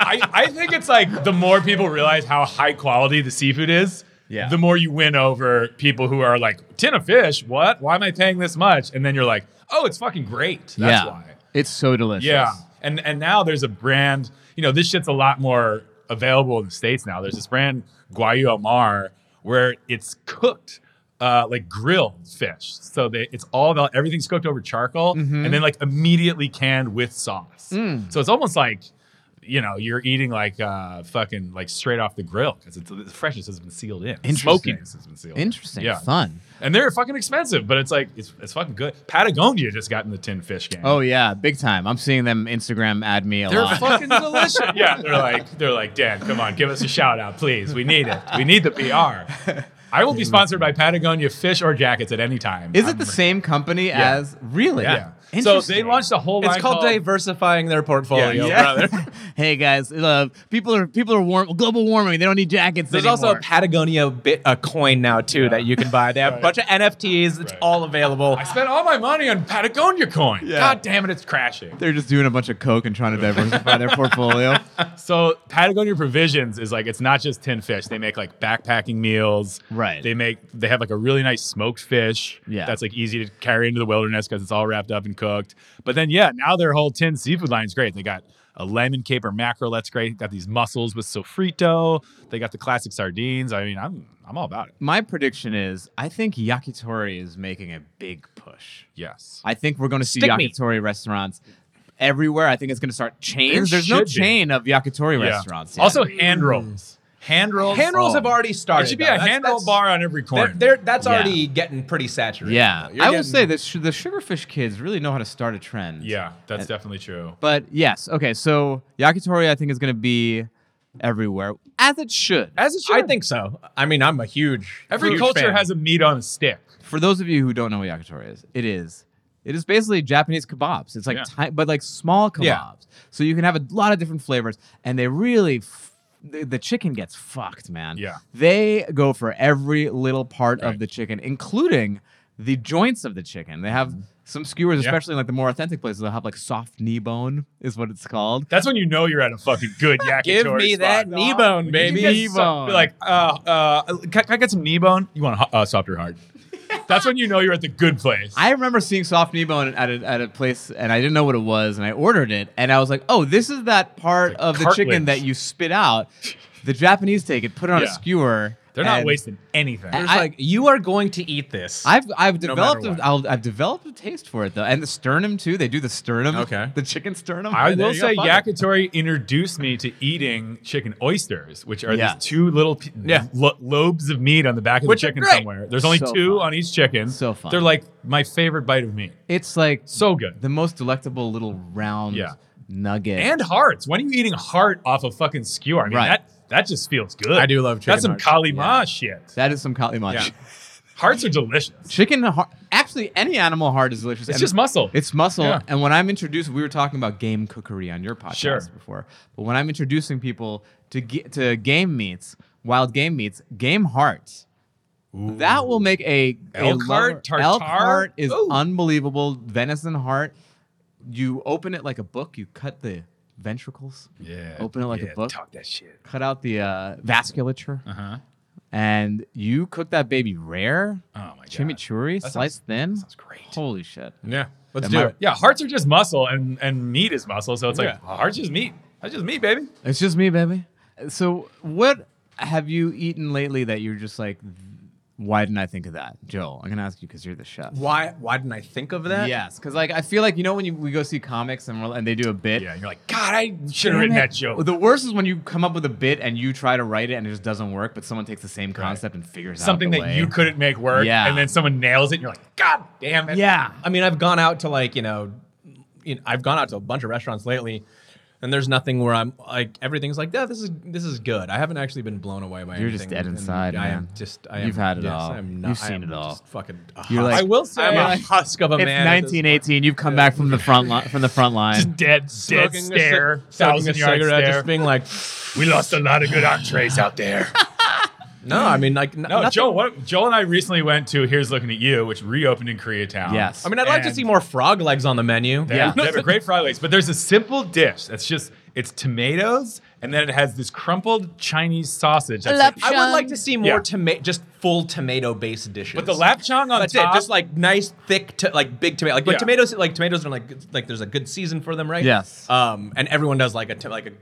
S3: I, I think it's like the more people realize how high quality the seafood is,
S2: Yeah.
S3: the more you win over people who are like, tin of fish, what? Why am I paying this much? And then you're like, oh, it's fucking great. That's
S2: yeah.
S3: why.
S2: It's so delicious.
S3: Yeah. And and now there's a brand, you know, this shit's a lot more available in the States now. There's this brand, Guayu Amar, where it's cooked. Uh, like grilled fish, so they, it's all about everything's cooked over charcoal,
S2: Mm-hmm.
S3: and then like immediately canned with sauce.
S2: Hmm.
S3: So it's almost like, you know, you're eating like uh, fucking like straight off the grill because it's the freshness has been sealed in,
S2: Interesting.
S3: smokiness has been sealed. in.
S2: Interesting.
S3: Yeah.
S2: Fun.
S3: And they're fucking expensive, but it's like it's, it's fucking good. Patagonia just got in the tin fish game.
S2: Oh yeah, big time. I'm seeing them Instagram ad me a
S3: They're
S2: lot.
S3: fucking delicious. Yeah, they're like they're like Dan. Come on, give us a shout out, please. We need it. We need the PR. I will be sponsored by Patagonia fish or jackets at any time.
S2: Is it
S3: I'm-
S2: the same company as really?
S3: Yeah. So they launched a whole.
S4: It's
S3: line
S4: called, diversifying their portfolio,
S3: Yeah, yeah.
S4: brother.
S2: hey guys, uh, people are people are warm. Global warming. They don't need jackets
S4: There's
S2: anymore.
S4: also a Patagonia bit a coin now too that you can buy. They have a bunch of NFTs. It's all available.
S3: I spent all my money on Patagonia coin. God damn it, it's crashing.
S2: They're just doing a bunch of coke and trying to diversify their portfolio.
S3: So Patagonia Provisions is like it's not just tin fish. They make like backpacking meals.
S2: Right.
S3: They make they have like a really nice smoked fish.
S2: Yeah.
S3: That's like easy to carry into the wilderness because it's all wrapped up and cooked. But then yeah, now their whole tin seafood line is great. They got a lemon caper mackerel. That's great. Got these mussels with sofrito. They got the classic sardines. I mean, I'm I'm all about it.
S2: My prediction is, I think yakitori is making a big push.
S3: Yes.
S2: I think we're going to see
S4: Stick meat.
S2: yakitori restaurants everywhere. I think it's going to start chains.
S3: There
S2: There's no
S3: should be.
S2: chain of yakitori
S3: Yeah.
S2: restaurants. yet.
S3: Also hand rolls. Hand rolls.
S4: hand rolls have already started.
S3: It should be
S4: though.
S3: a
S4: That's-
S3: hand roll
S4: that's-
S3: bar on every corner.
S4: They're, they're- that's
S2: Yeah.
S4: already getting pretty saturated.
S2: yeah,
S4: though. You're
S2: I will
S4: getting-
S2: say that sh- the Sugarfish kids really know how to start a trend.
S3: yeah, that's definitely true.
S2: But yes, okay, so yakitori I think is going to be everywhere as it should.
S4: As it I think so. I mean, I'm a huge
S3: Every
S4: huge
S3: culture
S4: fan.
S3: has a meat on a stick.
S2: For those of you who don't know what yakitori is, it is it is basically Japanese kebabs. It's like
S3: Yeah.
S2: ti- but like small kebabs.
S4: Yeah.
S2: So you can have a lot of different flavors and they really f- the the chicken gets fucked, man.
S3: Yeah.
S2: They go for every little part of the chicken, including the joints of the chicken. They have some skewers,
S3: Mm-hmm. Yeah.
S2: especially in like the more authentic places, they'll have like soft knee bone, is what it's called.
S3: That's when you know you're at a fucking good yakitori
S4: Give me
S3: spot.
S4: that knee bone, baby.
S3: You get so-
S2: bone.
S3: like, uh, uh, can, can I get some knee bone? You want a ho- uh, softer hard? That's when you know you're at the good place.
S2: I remember seeing soft knee bone at a, at a place, and I didn't know what it was, and I ordered it, and I was like, "Oh, this is that part
S3: Like
S2: of the
S3: cartilage.
S2: chicken that you spit out." The Japanese take it, put it on
S3: Yeah.
S2: a skewer.
S3: They're not
S2: and
S3: wasting anything.
S2: and
S4: It's
S2: I-
S4: like you are going to eat this.
S2: I've I've developed
S3: matter
S2: a,
S3: what.
S2: I'll, I've developed a taste for it though, and the sternum too. They do the sternum.
S4: Okay.
S2: the chicken sternum.
S3: I
S2: There
S3: will
S2: you go,
S3: say
S2: fuck it.
S3: yakitori introduced me to eating chicken oysters, which are
S2: Yeah.
S3: these two little p-
S4: Yeah.
S3: lo- lobes of meat on the back of
S4: Which
S3: the
S4: are
S3: chicken
S4: great.
S3: somewhere. There's only
S2: So
S3: two
S2: fun.
S3: on each chicken.
S2: So fun.
S3: They're like my favorite bite of meat.
S2: It's like
S3: So good.
S2: the most delectable little round
S3: Yeah.
S2: nugget.
S3: and hearts. When are you eating heart off a fucking skewer? I mean,
S2: Right.
S3: that that just feels good.
S4: I do love chicken
S3: That's some
S4: hearts.
S3: kalima shit.
S2: that is some kalimach.
S3: Yeah. hearts are delicious.
S2: Chicken heart. Actually, any animal heart is delicious.
S3: It's
S2: and
S3: just muscle.
S2: It's muscle.
S3: Yeah.
S2: And when I'm introduced, we were talking about game cookery on your podcast
S3: Sure.
S2: before. But when I'm introducing people to ge- to game meats, wild game meats, game hearts, that will make a a
S3: Elk heart,
S2: lover-
S3: tartare?
S2: Elk heart is
S3: Ooh.
S2: unbelievable. Venison heart. You open it like a book. You cut the ventricles.
S3: yeah.
S2: Open it like
S3: yeah,
S2: a book.
S3: Talk that shit. Uh-huh.
S2: Cut out the uh, vasculature. And you cook that baby rare.
S3: Oh my God.
S2: Chimichurri, sliced thin.
S3: sounds great.
S2: Holy shit.
S4: yeah. Let's
S2: Am
S4: do
S2: I-
S4: it.
S3: Yeah, hearts are just muscle, and and meat is muscle. So it's like
S4: Yeah.
S3: hearts is meat. That's just meat, baby.
S2: It's just me, baby. So, what have you eaten lately that you're just like, why didn't I think of that, Joel? I'm gonna ask you because you're the chef.
S4: Why? Why didn't I think of that?
S2: Yes, because like I feel like you know when you, we go see comics and we're, and they do a bit.
S3: Yeah, and you're like, God, I should
S2: Damn
S3: have written
S2: it.
S3: that joke.
S2: The worst is when you come up with a bit and you try to write it and it just doesn't work, but someone takes the same concept and figures
S3: Something
S2: out the
S3: that
S2: way.
S3: you couldn't make work,
S2: Yeah.
S3: and then someone nails it, and you're like, God damn it.
S2: Yeah.
S4: I mean, I've gone out to like you know, you know, I've gone out to a bunch of restaurants lately, and there's nothing where I'm like everything's like, yeah, this is this is good. I haven't actually been blown away by.
S2: You're
S4: anything,
S2: just dead
S4: and
S2: inside,
S4: I am
S2: man.
S4: just. I am,
S2: You've had it
S4: yes,
S2: all.
S4: I'm not,
S2: You've
S4: I
S2: seen
S4: am
S2: it all.
S4: just Fucking. a
S2: You're
S4: husk.
S2: like-
S3: I will say,
S4: I'm
S3: I'm
S4: a husk of a
S2: It's
S4: man. at this
S2: 1918. You've come back from the front line. From the front line.
S3: just dead, dead
S4: smoking a cig-
S3: stare,
S4: smoking a
S3: thousand yard
S4: cigarette,
S3: stare.
S4: just being like,
S3: we lost a lot of good entrees out there.
S4: no, I mean, like,
S3: No,
S4: no, nothing-
S3: Oh, Joel. What, Joel and I recently went to Here's Looking at You, which reopened in Koreatown.
S2: Yes.
S4: I mean, I'd like to
S3: And-
S4: see more frog legs on the menu.
S3: They have- they have a great fried legs, but there's a simple dish that's just It's tomatoes, and then it has this crumpled Chinese sausage. That's
S2: Lap-
S3: like-
S4: I would like to see more
S3: Yeah.
S4: tomato, just full tomato-based dishes.
S3: but the lapchung on
S4: That's
S3: top,
S4: it. Just like nice, thick, to, like big tomato. Like but
S3: Yeah.
S4: tomatoes, like tomatoes are like like there's a good season for them, right?
S2: Yes.
S4: Um, and everyone does like a to- like a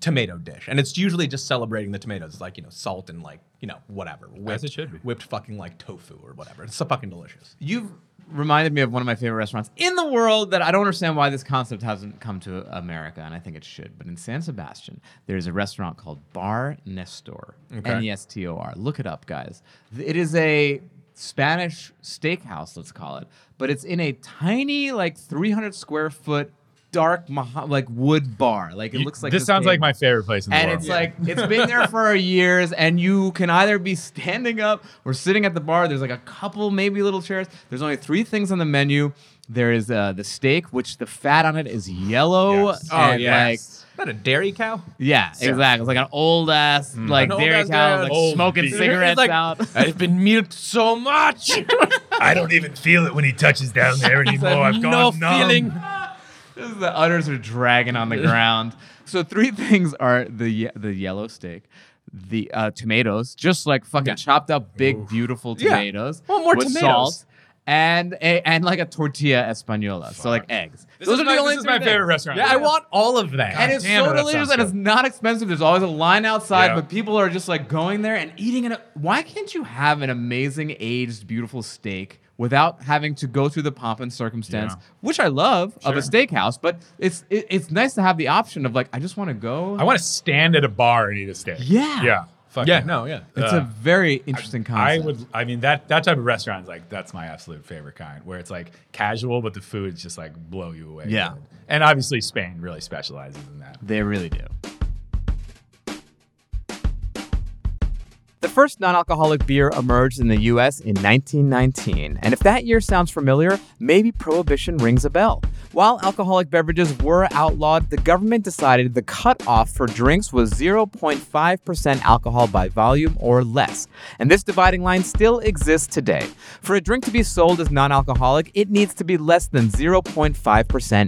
S4: tomato dish, and it's usually just celebrating the tomatoes. It's like you know salt and like you know whatever. Whipped,
S3: it should be.
S4: Whipped fucking like tofu or whatever. It's so fucking delicious.
S2: You've reminded me of one of my favorite restaurants in the world that I don't understand why this concept hasn't come to America, and I think it should. But in San Sebastian, there's a restaurant called Bar Nestor, N E S T O R. Look it up, guys. Th- It is a Spanish steakhouse, let's call it, but it's in a tiny, like 300 square foot, dark, maha- like wood bar. Like it
S3: you-
S2: looks like
S3: this sounds like
S2: table
S3: my favorite place in the
S2: and
S3: world.
S2: it's like it's been there for years and you can either be standing up or sitting at the bar there's like a couple maybe little chairs there's only three things on the menu there is uh, the steak which the fat on it is yellow
S3: Yes.
S4: Oh,
S2: and
S4: yes. Not a dairy cow.
S2: like yeah exactly it's like an old ass like
S4: Mm. An old
S2: dairy
S4: ass
S2: cow
S4: dad.
S2: like
S3: Old
S2: smoking
S3: beef.
S2: cigarettes
S4: Like-
S2: out
S4: I've been milked so much.
S3: I don't even feel it when he touches down there anymore. I've
S4: no feeling.
S2: This is the udders are dragging on the ground. So three things are the ye- the yellow steak, the uh, tomatoes, just like fucking
S4: Yeah.
S2: chopped up, big, beautiful
S4: Yeah.
S2: tomatoes.
S4: Want more
S2: with
S4: tomatoes.
S2: Salt, and a, and like a tortilla española, so like eggs.
S3: is my- this is
S2: three
S3: my favorite
S2: things.
S3: restaurant.
S4: Yeah, I want all of that.
S2: And it's
S3: Damn it,
S2: so
S3: that
S2: delicious,
S3: sounds
S2: and it's not expensive. There's always a line outside,
S3: Yeah.
S2: but people are just like going there and eating it. Why can't you have an amazing, aged, beautiful steak without having to go through the pomp and circumstance,
S3: Yeah.
S2: which I love of a steakhouse? But it's it, it's nice to have the option of like, I just want to go.
S3: I want to stand at a bar and eat a steak.
S2: Yeah.
S3: Yeah. Fuck
S4: yeah, no, yeah.
S2: it's
S3: uh,
S2: a very interesting concept.
S3: I would. I mean that that type of restaurant is like that's my absolute favorite kind, where it's like casual, but the food is just like blow you away.
S2: Yeah.
S3: good. and obviously Spain really specializes in that.
S2: They really do. The first non alcoholic beer emerged in the US in 1919, and if that year sounds familiar, maybe Prohibition rings a bell. While alcoholic beverages were outlawed, the government decided the cutoff for drinks was 0.5% alcohol by volume or less, and this dividing line still exists today. For a drink to be sold as non alcoholic, it needs to be less than 0.5%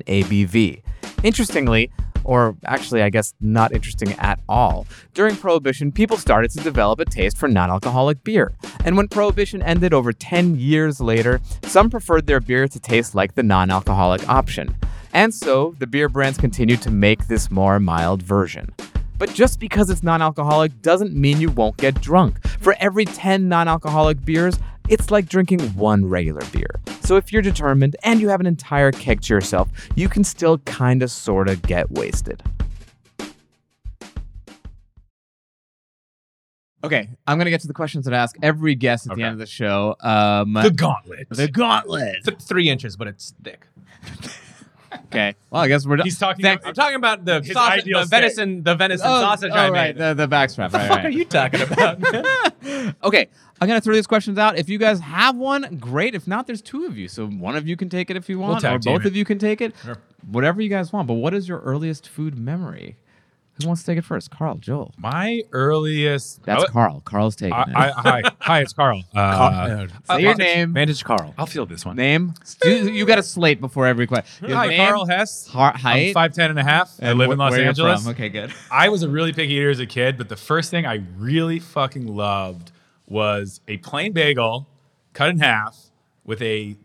S2: ABV. Interestingly, or actually, I guess not interesting at all. During Prohibition, people started to develop a taste for non alcoholic beer. And when Prohibition ended over 10 years later, some preferred their beer to taste like the non alcoholic option. And so, the beer brands continued to make this more mild version. But just because it's non alcoholic doesn't mean you won't get drunk. For every 10 non alcoholic beers, it's like drinking one regular beer. So if you're determined and you have an entire keg to yourself, you can still kinda sorta get wasted. Okay, I'm gonna get to the questions that I ask every guest at
S3: Okay.
S2: the end of the show. Um,
S3: The gauntlet.
S2: gauntlet.
S4: Th- three inches, but it's thick.
S2: Okay. Well, I guess we're done.
S3: He's talking.
S2: Thanks.
S4: I'm talking about the
S3: His
S4: sausage,
S3: ideal
S4: the
S3: steak.
S4: venison, the venison
S2: Oh,
S4: sausage.
S2: oh,
S4: I
S2: right,
S4: made.
S2: the, the backstrap.
S4: What the
S2: right,
S4: fuck
S2: right.
S4: are you talking about?
S2: okay, I'm gonna throw these questions out. If you guys have one, great. If not, there's two of you, so one of you can take it if you want,
S3: tag
S2: or
S3: team
S2: both
S3: it.
S2: of you can take it. Whatever you guys want. But what is your earliest food memory? Who wants to take it first? Carl, Joel.
S3: My earliest.
S2: That's
S3: I-
S2: Carl. Carl's taking
S3: I,
S2: it.
S3: I, hi, hi, it's Carl. Uh,
S2: Say
S3: uh,
S2: your name. Oh,
S4: Vantage Carl.
S3: I'll feel this one.
S2: Name. You, you got a slate before every question.
S3: Hi, Carl Hess.
S2: Har-
S3: I'm
S2: height.
S3: 5'10 and a half. I
S2: and
S3: live
S2: wh-
S3: in Los
S2: where you're
S3: Angeles.
S2: from. Okay, good.
S3: I was a really picky eater as a kid, but the first thing I really fucking loved was a plain bagel cut in half with a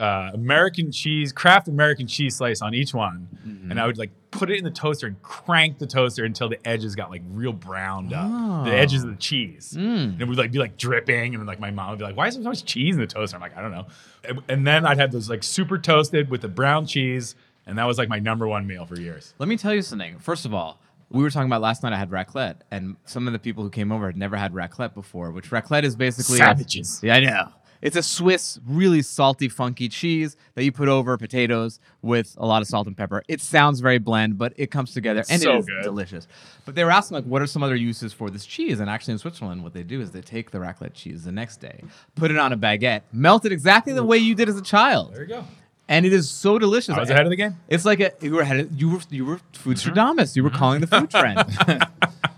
S3: uh, American cheese, craft American cheese slice on each one. And I would like put it in the toaster and crank the toaster until the edges got like real browned up. The edges of the cheese. And it would like be like dripping. And then like my mom would be like, why is there so much cheese in the toaster? I'm like, I don't know. And- And then I'd have those like super toasted with the brown cheese. And that was like my number one meal for years.
S2: Let me tell you something. First of all, we were talking about last night. I had raclette, and some of the people who came over had never had raclette before. Which raclette is basically
S3: Savages.
S2: yeah, I know. It's a Swiss, really salty, funky cheese that you put over potatoes with a lot of salt and pepper. It sounds very bland, but it comes together and
S3: so
S2: it is
S3: good.
S2: delicious. But they were asking like, what are some other uses for this cheese? And actually, in Switzerland, what they do is they take the raclette cheese the next day, put it on a baguette, melt it exactly the way you did as a child,
S3: There you go.
S2: and it is so delicious.
S3: I was ahead of the game.
S2: It's like a you were headed, you were you were food
S4: Mm-hmm.
S2: Stradamus. You were calling the food trend.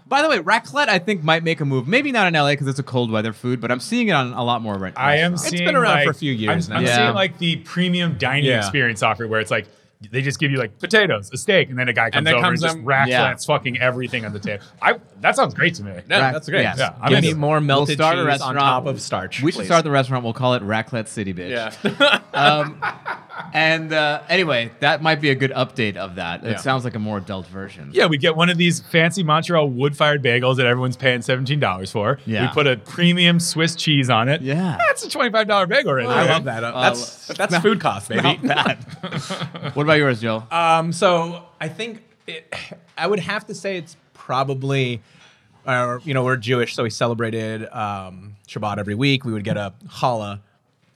S2: By the way, raclette I think might make a move. Maybe not in LA because it's a cold weather food, but I'm seeing it on a lot more right now.
S3: I am
S4: It's
S3: seeing
S4: been around
S3: like-
S4: for a few years
S3: I'm, I'm
S4: now.
S2: Yeah.
S3: seeing like the premium dining
S4: Yeah.
S3: experience offer where it's like They just give you like potatoes, a steak, and then a guy comes
S4: then
S3: over
S4: comes
S3: and just
S4: them-
S3: racks
S2: yeah.
S3: that's fucking everything on the table. I that sounds great to me.
S4: No,
S2: Rac-
S4: that's great.
S2: yes.
S4: Yeah,
S3: I'm
S4: Give
S3: into
S4: me
S3: it.
S4: more melted
S2: start a
S4: cheese on
S2: restaurant.
S4: top of starch.
S2: We should
S4: please.
S2: start the restaurant. We'll call it Raclette City, bitch.
S4: Yeah.
S2: um, and uh, anyway, that might be a good update of that. It
S4: Yeah.
S2: sounds like a more adult version.
S3: Yeah, we get one of these fancy Montreal wood-fired bagels that everyone's paying seventeen dollars for.
S2: Yeah.
S3: we put a premium Swiss cheese on it.
S2: Yeah.
S3: that's a twenty-five dollar bagel right there.
S4: I love that. Uh, that's that's food cost, baby.
S2: What about yours, Joel?
S4: Um, so I think it, I would have to say it's probably, uh, you know, we're Jewish, so we celebrated um, Shabbat every week. We would get a challah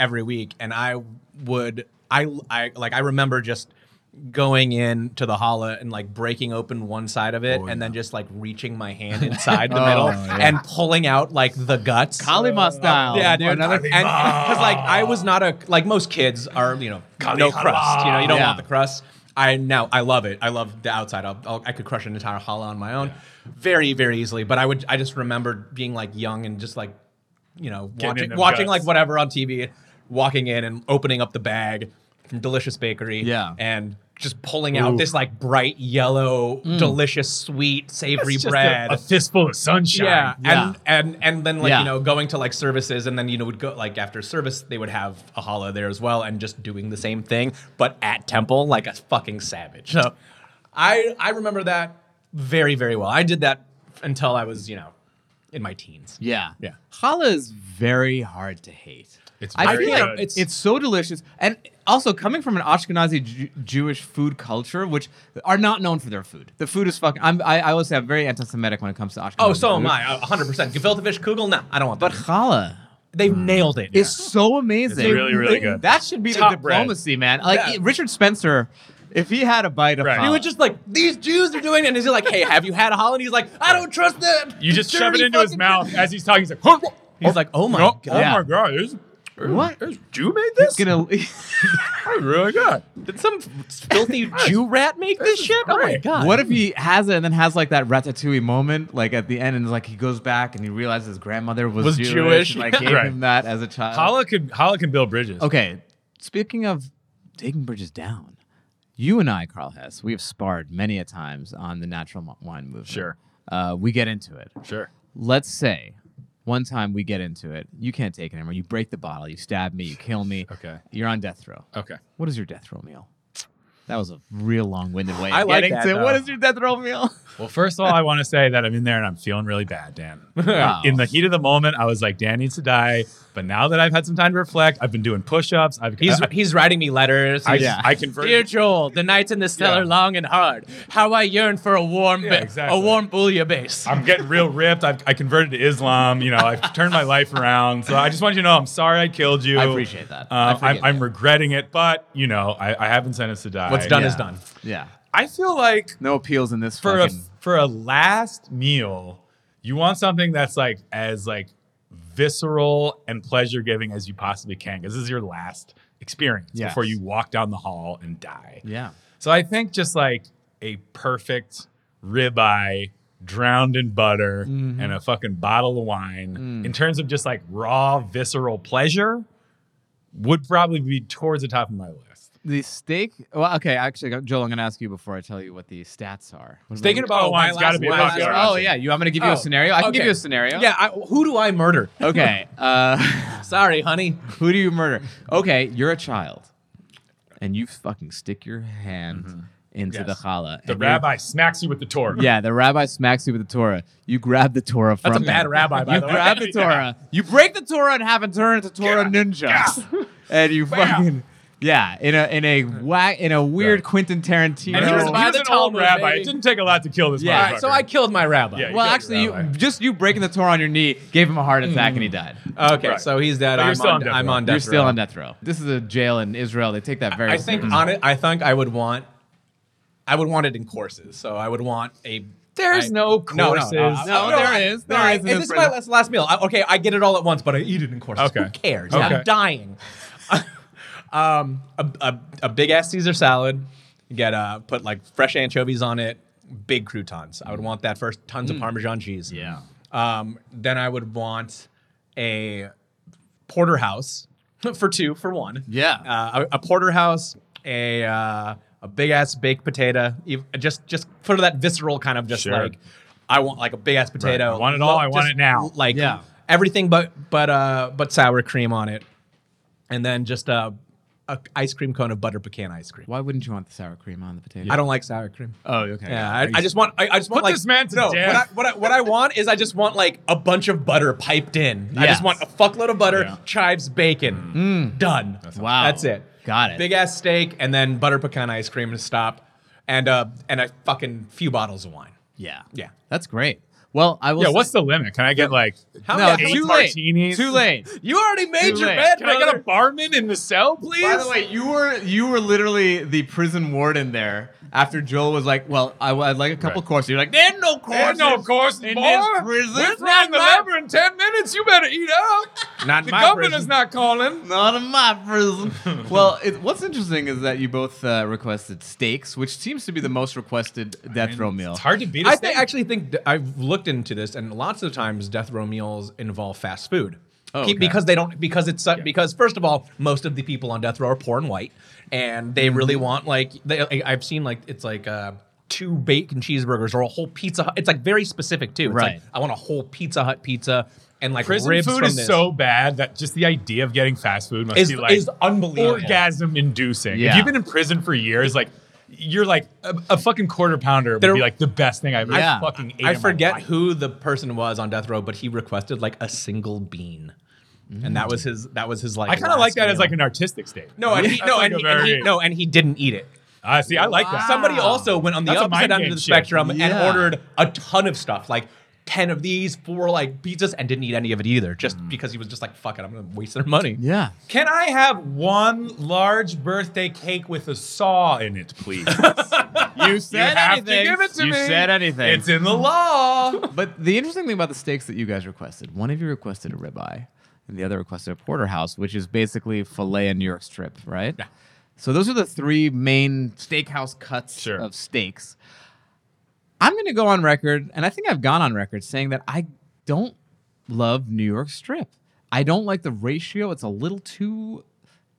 S4: every week, and I would, I, I like, I remember just going in to the challah and like breaking open one side of it, and then just like reaching my hand inside the middle and pulling out like the guts.
S2: Kalima style.
S4: Yeah, dude.
S2: Another-
S4: and because like I was not a like most kids are you know no crust. You know you don't
S2: Yeah.
S4: want the crust. I now I love it. I love the outside. I'll, I'll, I could crush an entire challah on my own, very very easily. But I would I just remembered being like young and just like you know
S3: in
S4: watching
S3: them
S4: watching
S3: guts.
S4: like whatever on TV, walking in and opening up the bag from Delicious Bakery.
S2: Yeah.
S4: and. Just pulling out this like bright yellow,
S2: Mm.
S4: delicious, sweet,
S3: It's
S4: savory
S3: just a-
S4: bread.
S3: a, fistful of sunshine.
S4: Yeah.
S2: Yeah.
S4: And, and and then like
S2: Yeah.
S4: you know going to like services and then you know would go like after service they would have a holla there as well and just doing the same thing but at temple like a fucking savage. So I I remember that very very well. I did that until I was you know in my teens.
S2: Yeah.
S4: Yeah.
S2: Challah is very hard to hate.
S3: It's
S2: I
S3: very
S2: feel like
S3: good.
S2: it's, it's so delicious. And also, coming from an Ashkenazi Ju- Jewish food culture, which are not known for their food. The food is fucking. I'm, I, I always say I'm very anti Semitic when it comes to Ashkenazi
S4: Oh, so am
S2: food.
S4: I. 100%. Gefilte fish kugel? No, I don't want
S2: But
S4: that.
S2: challah
S4: They've nailed it.
S2: is so amazing.
S3: It's really, really good.
S2: That should be the
S3: Top bread.
S2: diplomacy, man. Like
S4: Yeah.
S2: Richard Spencer, if he had a bite of
S3: Right.
S2: challah.
S4: He was just like, these Jews are doing it. And he's like, hey, have you had a holla? And he's like, I don't trust them.
S3: you just shove it
S4: Dirty
S3: into his
S4: fucking-
S3: mouth as he's talking. He's like, "Huh,
S4: He's like, oh my
S3: no,
S4: God.
S3: oh
S2: Yeah.
S3: my god, is
S2: What?
S3: is Jew made this?
S2: gonna.
S3: That's really good.
S4: Did some filthy Jew rat make this, shit? Oh my
S3: great.
S4: god!
S2: What if he has it and then has like that ratatouille moment, like at the end, and like he goes back and he realizes his grandmother was,
S4: Was
S2: Jewish,
S4: Jewish,
S2: and, like
S4: yeah.
S2: gave
S3: Right.
S2: him that as a child.
S3: Holla can Holla can build bridges.
S2: Uh, Okay, speaking of taking bridges down, you and I, Carl Hess, we have sparred many a times on the natural mo- wine movement.
S3: Sure.
S2: uh, we get into it.
S3: sure.
S2: Let's say one time we get into it, you can't take it anymore. You break the bottle, you stab me, you kill me.
S3: Okay.
S2: you're on death row.
S3: Okay.
S2: What is your death row meal? That was a real long-winded way of
S4: I like
S2: getting
S4: that,
S2: to
S4: though.
S2: what is your death row meal.
S3: Well, first of all, I want to say that I'm in there and I'm feeling really bad, Dan.
S2: Wow.
S3: In the heat of the moment, I was like, Dan needs to die. But now that I've had some time to reflect, I've been doing push-ups. I've
S4: He's
S3: I,
S4: he's writing me letters.
S3: I,
S4: He's-
S2: yeah.
S3: I converted.
S4: Dear Joel, the nights in the cellar
S3: Yeah.
S4: long and hard. How I yearn for a warm,
S3: Yeah,
S4: ba-
S3: exactly.
S4: a warm bouillabaisse.
S3: I'm getting real ripped. I've, I converted to Islam. You know, I've turned my life around. So I just want you to know I'm sorry I killed you.
S2: I appreciate that. I
S3: Uh,
S2: forgive
S3: I'm, I'm
S2: you.
S3: regretting it, but, you know, I, I haven't sentenced to die.
S4: What's done is
S2: Yeah.
S4: done.
S2: Yeah.
S3: I feel like
S2: No appeals in this
S3: for a,
S2: fucking.
S3: for a last meal, you want something that's like as like visceral and pleasure giving as you possibly can because this is your last experience
S2: Yes.
S3: before you walk down the hall and die.
S2: yeah.
S3: So I think just like a perfect ribeye drowned in butter
S2: Mm-hmm.
S3: and a fucking bottle of wine
S2: Mm.
S3: in terms of just like raw visceral pleasure would probably be towards the top of my list.
S2: The steak. Well, okay. Actually, Joel, I'm going to ask you before I tell you what the stats are. What
S4: Thinking
S2: about-
S4: about
S3: Oh, mine's
S4: my
S3: gotta
S4: last
S3: be a
S4: word.
S3: popular
S4: Last-
S3: option.
S2: Oh yeah, you. I'm gonna give you a
S4: Oh,
S2: scenario. I can give
S4: okay.
S2: you a scenario.
S4: Yeah, I, who do I murder?
S2: Okay. Uh,
S4: Sorry, honey.
S2: who do you murder? Okay, you're a child, and you fucking stick your hand
S4: Mm-hmm.
S2: into the
S3: Yes.
S2: challah.
S3: The
S2: and you're-
S3: rabbi smacks you with the torch.
S2: Yeah, the rabbi smacks you with the Torah. You grab the Torah from
S4: That's
S2: him.
S4: a bad rabbi, by
S2: You
S4: the way.
S2: grab the Torah. You break the Torah and have it turn into Torah ninjas. And you fucking yeah, in a in a whack in a weird Quentin Tarantino.
S4: And
S3: He was, he
S4: by
S3: was
S4: the
S3: Oh. an old
S4: Talmud,
S3: rabbi.
S4: baby.
S3: It didn't take a lot to kill this
S2: Yeah.
S3: yeah.
S4: All right, so I killed my rabbi.
S3: Yeah.
S2: well,
S3: You're
S2: actually, you,
S3: right.
S2: just you breaking the Torah on your knee gave him a heart attack and he died.
S4: Okay,
S3: Right.
S4: so he's dead.
S3: But you're
S4: I'm,
S3: still on
S4: on,
S3: death
S4: I'm
S3: row.
S4: on death.
S2: You're still
S4: row.
S2: on death row. This is a jail in Israel. They take that very.
S4: I think
S2: seriously.
S4: on it. I think I would want. I would want it in courses. So I would want a.
S3: There's
S4: I-
S3: no courses.
S4: No, no,
S2: No, there is. There
S4: I-
S2: is in
S4: This
S2: this
S4: is my
S2: prison.
S4: last, last meal. I, okay, I get it all at once, but I eat it in courses.
S3: Okay.
S4: Who cares?
S3: Okay.
S4: I'm dying. um, a, a, a big ass Caesar salad. You get uh, put like fresh anchovies on it. Big croutons. I would want that first. Tons of Parmesan cheese.
S2: Mm. Yeah.
S4: Um, then I would want a porterhouse for two for one.
S2: Yeah.
S4: Uh, a, a porterhouse, a uh, a big ass baked potato, ev- just just for that visceral kind of just
S3: Sure.
S4: like I want like a big ass potato.
S3: I want it all, I want
S4: just
S3: it now.
S4: Like
S5: Yeah.
S4: everything but but uh but sour cream on it, and then just a, a ice cream cone of butter pecan ice cream.
S5: Why wouldn't you want the sour cream on the potato?
S4: I don't like sour cream.
S5: Oh, okay.
S4: Yeah, I, I just want. I, I just want
S3: Put
S4: like
S3: this man to
S4: no.
S3: death.
S4: What I, what, I, what I want is I just want like a bunch of butter piped in. I
S5: Yes.
S4: just want a fuckload of butter,
S3: Yeah. Mm.
S4: chives, bacon, done.
S5: Wow.
S4: that's it.
S5: Got it.
S4: Big ass steak and then butter pecan ice cream to stop, and uh and a fucking few bottles of wine.
S5: Yeah.
S4: Yeah.
S5: That's great. Well, I will.
S3: Yeah,
S5: s-
S3: what's the limit? Can I get like
S4: How
S5: no?
S4: many-
S5: Too
S3: eight
S5: late.
S3: martinis?
S5: Too late.
S4: You already made
S5: Too
S4: your
S5: late.
S4: bed.
S3: Can I get
S4: brother.
S3: a barman in the cell, please?
S2: By the way, you were you were literally the prison warden there after Joel was like, "Well, I, would like a couple
S3: Right.
S2: courses." You're like, "There ain't no
S3: There are
S2: courses."
S3: Oh, no courses,
S2: in
S3: boy.
S2: this prison.
S3: We're
S2: It's
S3: throwing
S2: not
S3: the
S2: my-
S3: lever in ten minutes. You better eat out.
S4: Not in
S3: the
S4: my
S3: governor's
S4: prison.
S3: not calling.
S2: Not in my prison. well, it, what's interesting is that you both uh, requested steaks, which seems to be the most requested death row meal.
S3: Mm. It's hard to beat. I
S4: I think, actually think th- I've looked into this, and lots of times death row meals involve fast food.
S2: Oh,
S4: Keep-
S2: okay.
S4: Because they don't, because it's uh, because first of all, most of the people on death row are poor and white, and they really want like they, I- I've seen like it's like uh, two bacon cheeseburgers or a whole pizza. Hut. It's like very specific too. It's
S5: Right.
S4: Like, I want a whole Pizza Hut pizza and like
S3: prison
S4: ribs
S3: food
S4: from
S3: is
S4: this.
S3: so bad that just the idea of getting fast food must
S4: Is-
S3: be like
S4: is unbelievable.
S3: orgasm inducing.
S5: Yeah.
S3: If you've been in prison for years, like you're like a, a fucking quarter pounder would
S4: There-
S3: be like the best thing I've
S5: Yeah.
S3: ever fucking ate.
S4: I
S3: in my
S4: forget
S3: life.
S4: who the person was on death row, but he requested like a single bean, and that was his. That was his Mm. like.
S3: I kind of like
S4: last
S3: that as
S4: meal.
S3: like an artistic statement.
S4: No, and he,
S3: That's
S4: no,
S3: like
S4: and
S3: a
S4: he, and he-
S3: very-
S4: no, and he didn't eat it.
S3: I see. I like that.
S4: Somebody also went on the
S3: That's a
S4: opposite
S3: mind
S4: end of
S3: game
S4: the
S3: shit.
S4: spectrum and
S2: Yeah.
S4: ordered a ton of stuff, like ten of these, four like pizzas, and didn't eat any of it either, just
S3: Hmm.
S4: because he was just like, "Fuck it, I'm gonna waste their money."
S5: Yeah.
S3: Can I have one large birthday cake with a saw in it, please?
S2: You said
S3: have to
S2: anything.
S3: give it to
S2: you
S3: me.
S2: said anything.
S3: it's in the law.
S2: But the interesting thing about the steaks that you guys requested, one of you requested a ribeye, and the other requested a porterhouse, which is basically filet and New York strip, right? Yeah. So those are the three main steakhouse cuts
S3: Sure.
S2: of steaks. I'm going to go on record, and I think I've gone on record saying that I don't love New York strip. I don't like the ratio. It's a little too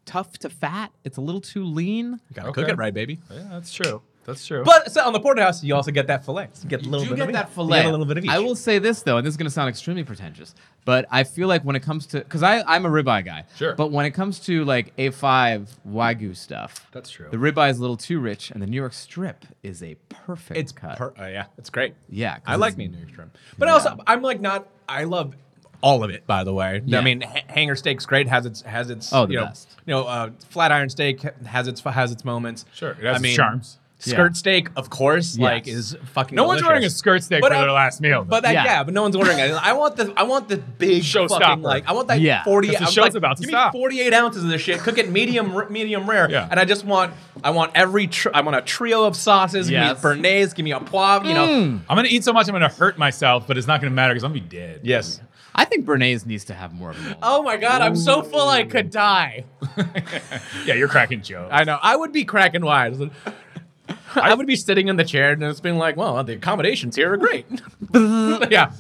S2: tough to fat. It's a little too lean.
S4: You gotta
S3: Okay.
S4: cook it right, baby.
S3: Yeah, that's true. That's true.
S4: But so on the porterhouse, you also get that fillet. You get a little
S2: do
S4: bit
S2: get
S4: of
S2: that
S4: each.
S2: fillet.
S4: You get a little bit of each.
S2: I will say this though, and this is going to sound extremely pretentious, but I feel like when it comes to because I I'm a ribeye guy.
S3: Sure.
S2: But when it comes to like A5 wagyu stuff,
S3: That's true.
S2: The ribeye is a little too rich, and the New York strip is a perfect
S4: It's
S2: cut.
S4: per- uh, yeah, it's great.
S2: Yeah, 'cause
S4: I like
S2: it's-
S4: me a New York shrimp, but also I'm like not. I love all of it. By the way,
S2: Yeah.
S4: I mean ha- hanger steak's great. Has its has its
S2: Oh, the
S4: you know
S2: best.
S4: you know uh, flat iron steak has its has its moments.
S3: Sure, it has
S4: I
S3: its
S4: mean,
S3: charms.
S4: Skirt
S2: Yeah.
S4: steak, of course, like
S2: Yes.
S4: is fucking.
S3: no one's
S4: delicious.
S3: ordering a skirt steak
S4: But
S3: for
S4: I-
S3: their last meal.
S4: But that,
S2: Yeah.
S4: yeah. but no one's ordering it. I want the I want the big
S3: Showstopper.
S4: fucking like I want that
S2: Yeah.
S4: forty.
S3: 'Cause the
S4: I'm
S3: show's
S4: like,
S3: about to
S4: give
S3: stop.
S4: me forty eight ounces of this shit. Cook it medium r- medium rare.
S3: Yeah.
S4: And I just want I want every tr- I want a trio of sauces.
S2: Yes. Mm.
S4: Give me a béarnaise. Give me a poivre. You know.
S3: Hmm. I'm gonna eat so much I'm gonna hurt myself, but it's not gonna matter because I'm gonna be dead.
S4: Yes.
S2: I think Bernays needs to have more of a
S4: Oh my god, I'm so full I could die.
S3: Yeah, you're cracking jokes.
S4: I know. I would be cracking wise. I would be sitting in the chair and it's been like, well, the accommodations here are great. yeah.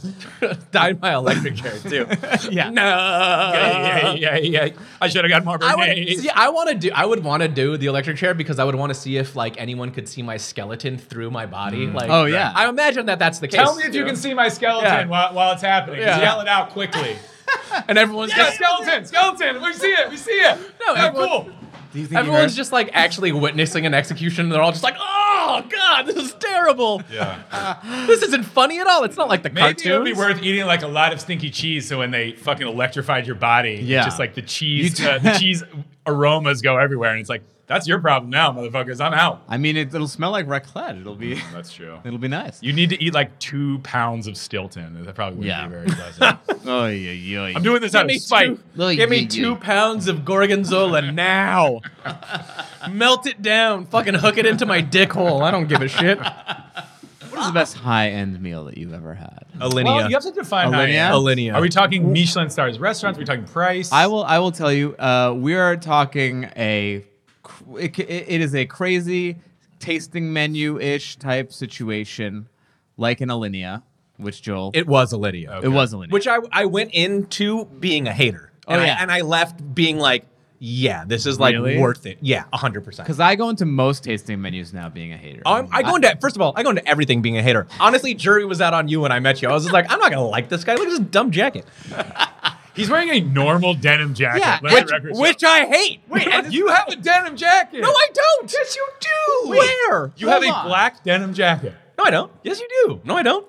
S4: Died by electric chair too.
S2: Yeah.
S4: No.
S3: yeah, yeah, yeah, yeah. I should have got more
S4: I would
S3: beignets.
S4: see. I want to do. I would want to do the electric chair because I would want to see if like anyone could see my skeleton through my body. Like,
S2: Oh, yeah.
S4: I imagine that that's the case.
S3: Mm. Tell me if you can see my skeleton
S4: Yeah.
S3: while, while it's happening.
S4: Yeah.
S3: Yell it out quickly.
S4: And everyone's
S3: yeah,
S4: just,
S3: skeleton, skeleton. We see it. We see it.
S4: No,
S3: yeah,
S4: everyone-
S3: cool.
S2: Do you think
S4: everyone's just like actually witnessing an execution. And they're all just like, oh god, this is terrible.
S3: Yeah.
S4: This isn't funny at all. It's not like the
S3: Maybe it would
S4: cartoons.
S3: be worth eating like a lot of stinky cheese, so when they fucking electrified your body,
S2: Yeah.
S3: just like the cheese, uh, the cheese aromas go everywhere, and it's like that's your problem now, motherfuckers. I'm out.
S2: I mean, it, it'll smell like raclette. It'll be
S3: That's true.
S2: it'll be nice.
S3: You need to eat like two pounds of Stilton. That probably wouldn't
S2: Yeah.
S3: be very pleasant.
S2: oh yeah, yeah.
S3: I'm doing this out of spite.
S2: Little
S4: give me
S2: yee-yee.
S4: two pounds of gorgonzola now. Melt it down. Fucking hook it into my dick hole. I don't give a shit.
S2: What is the best high end meal that you've ever had?
S4: Alinea.
S3: Well, you have to define high
S2: Alinea?
S3: end.
S4: Alinea.
S3: Are we talking Michelin stars restaurants? Are we talking price?
S2: I will. I will tell you. Uh, we are talking a. cr- It, c- it is a crazy tasting menu ish type situation, like an Alinea, which Joel. It,
S4: it was Alinea.
S2: was Alinea.
S4: Which I I went into being a hater.
S2: Oh,
S4: and
S2: yeah.
S4: I, and I left being like, Yeah, this is like
S2: Really?
S4: worth it. Yeah, 100%.
S2: Because I go into most tasting menus now being a hater.
S4: Oh, I'm, I go into first of all, I go into everything being a hater. Honestly, jury was out on you when I met you. I was just like, I'm not gonna like this guy. Look at this dumb jacket,
S3: He's wearing a normal denim jacket.
S2: Yeah,
S3: Let the
S2: which-
S3: record show.
S4: which I hate. Wait,
S3: you have a denim jacket.
S4: no, I don't. Yes, you do. Where?
S3: You have
S2: Hold
S3: a
S2: on.
S3: black denim jacket.
S4: No, I don't. Yes, you do. No, I don't.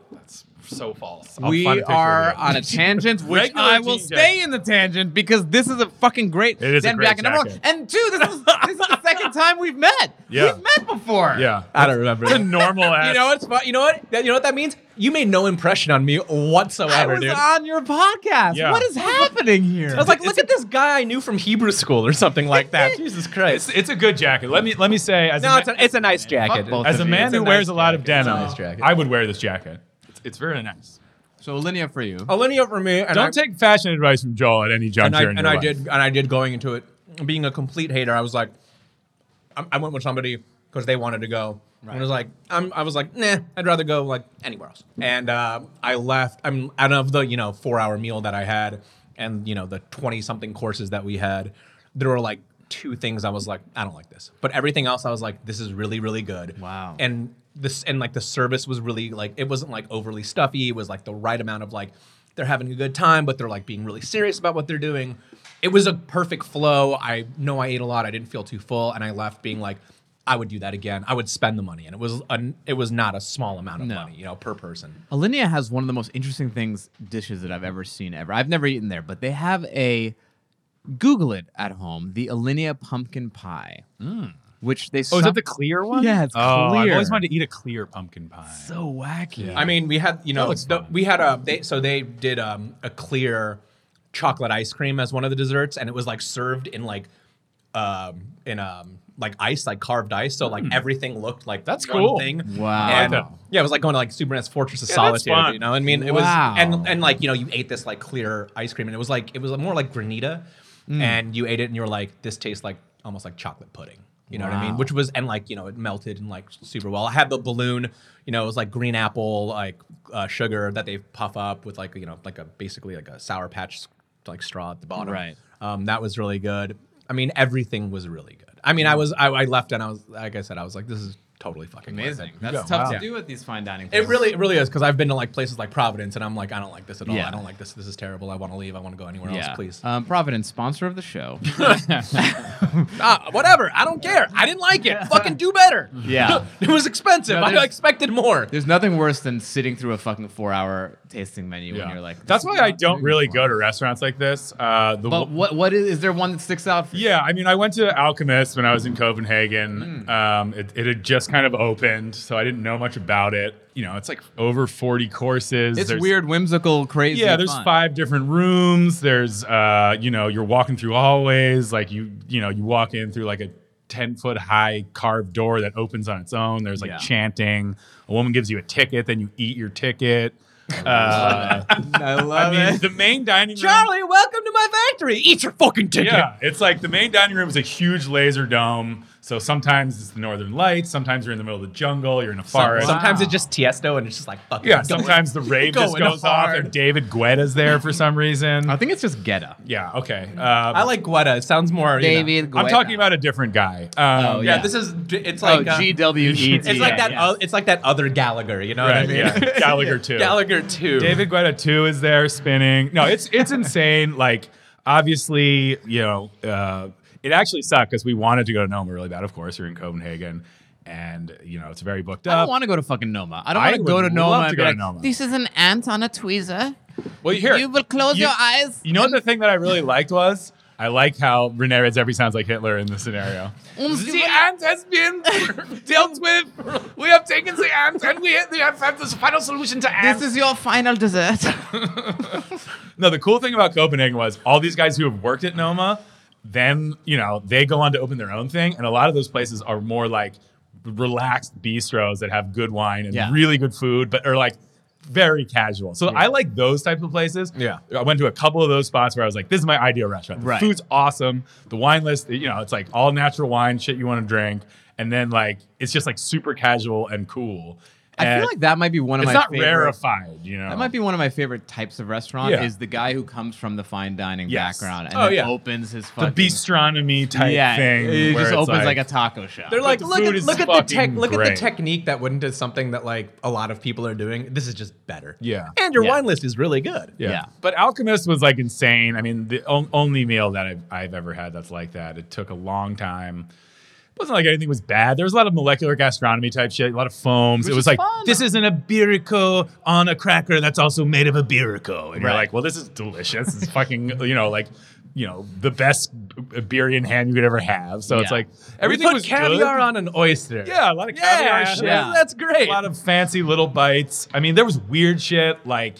S3: So false.
S2: we
S3: find a picture of
S2: are
S3: you.
S2: on a tangent, which
S3: Regular
S2: I will
S3: jean
S2: stay in the tangent because this is a fucking great.
S3: It is a
S2: denim
S3: great
S2: jacket, number one.
S3: jacket.
S2: And two, this is, this is the second time we've met.
S3: Yeah.
S2: We've met before.
S3: Yeah.
S4: I don't remember.
S3: It's a normal ass.
S4: you know what's fu- You know what? That- you know what that means? You made no impression on me
S2: I
S4: whatsoever,
S2: was
S4: dude.
S2: on your podcast.
S3: Yeah.
S2: What is happening here?
S4: I was like, look at this guy I knew from Hebrew school or something like that. Jesus
S3: It's,
S4: Christ.
S3: it's a good jacket. Let me let me say as
S4: No,
S3: a,
S4: it's a, it's a nice jacket.
S2: Fuck both of
S3: as a
S2: you.
S3: man
S4: It's a
S3: who
S4: nice
S3: wears a lot of
S4: jacket. It's a
S3: denim,
S4: nice jacket.
S3: I would wear this jacket. It's, it's very nice.
S2: so Alinea for you.
S4: Alinea for me. And
S3: Don't
S4: I-
S3: take fashion advice from Joel at any
S4: and I
S3: juncture. in
S4: and
S3: your
S4: I
S3: life.
S4: did and I did going into it being a complete hater. I was like, I, I went with somebody because they wanted to go. And I was like, I'm, I was like, nah, I'd rather go like anywhere else. And uh, I left. I'm out of the you know four hour meal that I had, and you know the twenty something courses that we had. There were like two things I was like, I don't like this. But everything else, I was like, this is really really good.
S2: Wow.
S4: And this and like the service was really like it wasn't like overly stuffy. It was like the right amount of like they're having a good time, but they're like being really serious about what they're doing. It was a perfect flow. I know I ate a lot. I didn't feel too full, and I left being like, I would do that again. I would spend the money, and it was an, it was not a small amount of money, you know, per person.
S2: Alinea has one of the most interesting things dishes that I've ever seen ever. I've never eaten there, but they have a Google it at home, the Alinea pumpkin pie. Which they
S3: Oh, is
S2: some-
S3: that the clear one?
S2: Yeah, it's
S3: oh, I've
S2: clear.
S3: always wanted to eat a clear pumpkin pie.
S2: so wacky.
S4: I mean, we had you know
S3: looks
S4: the-
S3: fun.
S4: we had a they, so they did um, a clear chocolate ice cream as one of the desserts, and it was like served in like um, in um, like ice, like carved ice. So
S3: Hmm.
S4: like everything looked like
S3: That's
S4: one
S3: cool.
S4: Thing.
S2: Wow. I like
S4: And,
S3: that.
S4: yeah, it was like going to like Superman's Fortress of
S3: Yeah, that's
S4: Solitude.
S3: fun.
S4: You know, I mean, it
S2: Wow.
S4: was and and like you know you ate this like clear ice cream, and it was like it was more like granita,
S2: Mm.
S4: and you ate it, and you were like, this tastes like almost like chocolate pudding. You know what I mean?
S2: Wow.
S4: Which was and like you know it melted and like super well. I had the balloon, you know, it was like green apple like uh, sugar that they puff up with like you know like a basically like a sour patch like straw at the bottom.
S2: Right.
S4: Um, that was really good. I mean, everything was really good. I
S2: Mm.
S4: mean, I was I, I left and I was like I said I was like this is totally fucking worth it.
S2: amazing. That's tough to do at these fine dining places.
S4: It really, it really is because I've been to like places like Providence, and I'm like, I don't like this at all.
S2: Yeah.
S4: I don't like this. This is terrible. I want to leave. I want to go anywhere
S2: yeah.
S4: else, please.
S2: Um, Providence, sponsor of the show.
S4: ah, whatever. I don't care. I didn't like it. Fucking do better.
S2: Yeah.
S4: it was expensive.
S2: No,
S4: I
S2: there's-
S4: expected more.
S2: There's nothing worse than sitting through a fucking four hour tasting menu when you're like this
S3: that's
S2: is
S3: why
S2: not
S3: I don't
S2: food
S3: really
S2: for
S3: go
S2: me.
S3: to restaurants like this. Uh, the
S2: But what what is, is there one that sticks out for you?
S3: Yeah, I mean, I went to Alchemist when I was in
S2: Hmm.
S3: Copenhagen. Um, it, it had just kind of opened, so I didn't know much about it. You know, it's like over 40 courses.
S2: It's
S3: There's-
S2: weird, whimsical, crazy.
S3: Yeah, there's
S2: fun.
S3: five different rooms. There's, uh, you know, you're walking through hallways. Like you, you know, you walk in through like a 10 foot high carved door that opens on its own. There's like
S2: Yeah.
S3: chanting. A woman gives you a ticket, then you eat your ticket. Uh,
S2: I
S3: I
S2: love
S3: mean,
S2: it.
S3: the main dining room.
S4: Charlie, welcome to my factory. Eat your fucking ticket.
S3: Yeah, it's like the main dining room is a huge laser dome. So sometimes it's the northern lights, sometimes you're in the middle of the jungle, you're in a forest. Ah.
S4: Sometimes it's just Tiesto, and it's just like fucking.
S3: yeah,
S4: going-
S3: sometimes the rave just
S4: going
S3: goes off
S4: hard.
S3: and David Guetta's there for some reason.
S2: I think it's just Geta.
S3: Yeah, okay. Uh,
S4: I like Guetta. It sounds more. you know- Oh,
S3: I'm talking about a different guy. Um,
S2: Oh,
S4: yeah,
S2: yeah.
S4: This is. It's
S2: Oh,
S4: like. uh,
S2: G W E T.
S4: it's like that. o- it's like that other Gallagher. You know what I
S3: Right,
S4: mean?
S3: yeah. Gallagher too.
S4: Gallagher too.
S3: David Guetta too is there spinning. No, it's it's insane. Like obviously, you know, uh, it actually sucked because we wanted to go to Noma really bad. Of course, we are in Copenhagen, and you know it's very booked
S2: I don't
S3: up.
S2: want to go to fucking Noma. I don't
S3: I
S2: want to go
S3: would
S2: to
S3: love
S2: Noma
S3: to
S2: and
S3: go
S2: be
S3: to
S2: like,
S3: Noma.
S2: this is an ant on a tweezer.
S3: well, here
S2: You will close your eyes
S3: You know what the thing that I really liked was. I like how Rene Redzepi sounds like Hitler in this scenario.
S2: Um,
S3: the ant has been dealt with. We have taken the ant, and we, we have found the final solution to ants.
S2: This is your final dessert.
S3: No, the cool thing about Copenhagen was all these guys who have worked at Noma, then you know they go on to open their own thing, and a lot of those places are more like relaxed bistros that have good wine and
S2: Yeah.
S3: really good food, but are like very casual. So I like those types of places.
S4: Yeah.
S3: I went to a couple of those spots where I was like, "This is my ideal restaurant. The
S2: Right.
S3: food's awesome. The wine list, you know, it's like all natural wine, shit you want to drink, and then like it's just like super casual and cool."
S2: I
S3: And
S2: feel like that might be one of
S3: it's
S2: my
S3: not
S2: favorite,
S3: rarefied, you know.
S2: That might be one of my favorite types of restaurant
S3: Yeah.
S2: is the guy who comes from the fine dining
S3: Yes.
S2: background and
S4: Oh,
S2: then
S4: yeah.
S2: opens his
S3: the
S2: fucking
S3: bistronomy type
S2: yeah,
S3: thing.
S2: It
S3: where
S2: just
S3: it's
S2: opens like, a taco shop.
S4: They're like,
S3: the
S4: look
S3: food
S4: at
S3: is
S4: look at the tech,
S3: fucking
S4: look at
S3: great."
S4: the technique that went into something that like a lot of people are doing. This is just better.
S3: Yeah.
S4: and your
S2: Yeah.
S4: wine list is really good.
S3: Yeah.
S2: Yeah.
S3: But Alchemist was like insane. I mean, the on- only meal that I've, I've ever had that's like that. It took a long time. It wasn't like anything was bad. There was a lot of molecular gastronomy type shit, a lot of foams. it was
S2: is
S3: like,
S2: fun.
S3: this is an abirico on a cracker that's also made of abirico. And you're
S2: Right.
S3: like, well, this is delicious. It's fucking, you know, like, you know, the best Iberian ham you could ever have. So it's
S2: Yeah.
S3: like, everything
S4: we put
S3: was good.
S4: caviar on an oyster.
S3: Yeah, a lot of caviar. shit.
S2: yeah.
S4: that's great.
S3: A lot of fancy little bites. I mean, there was weird shit like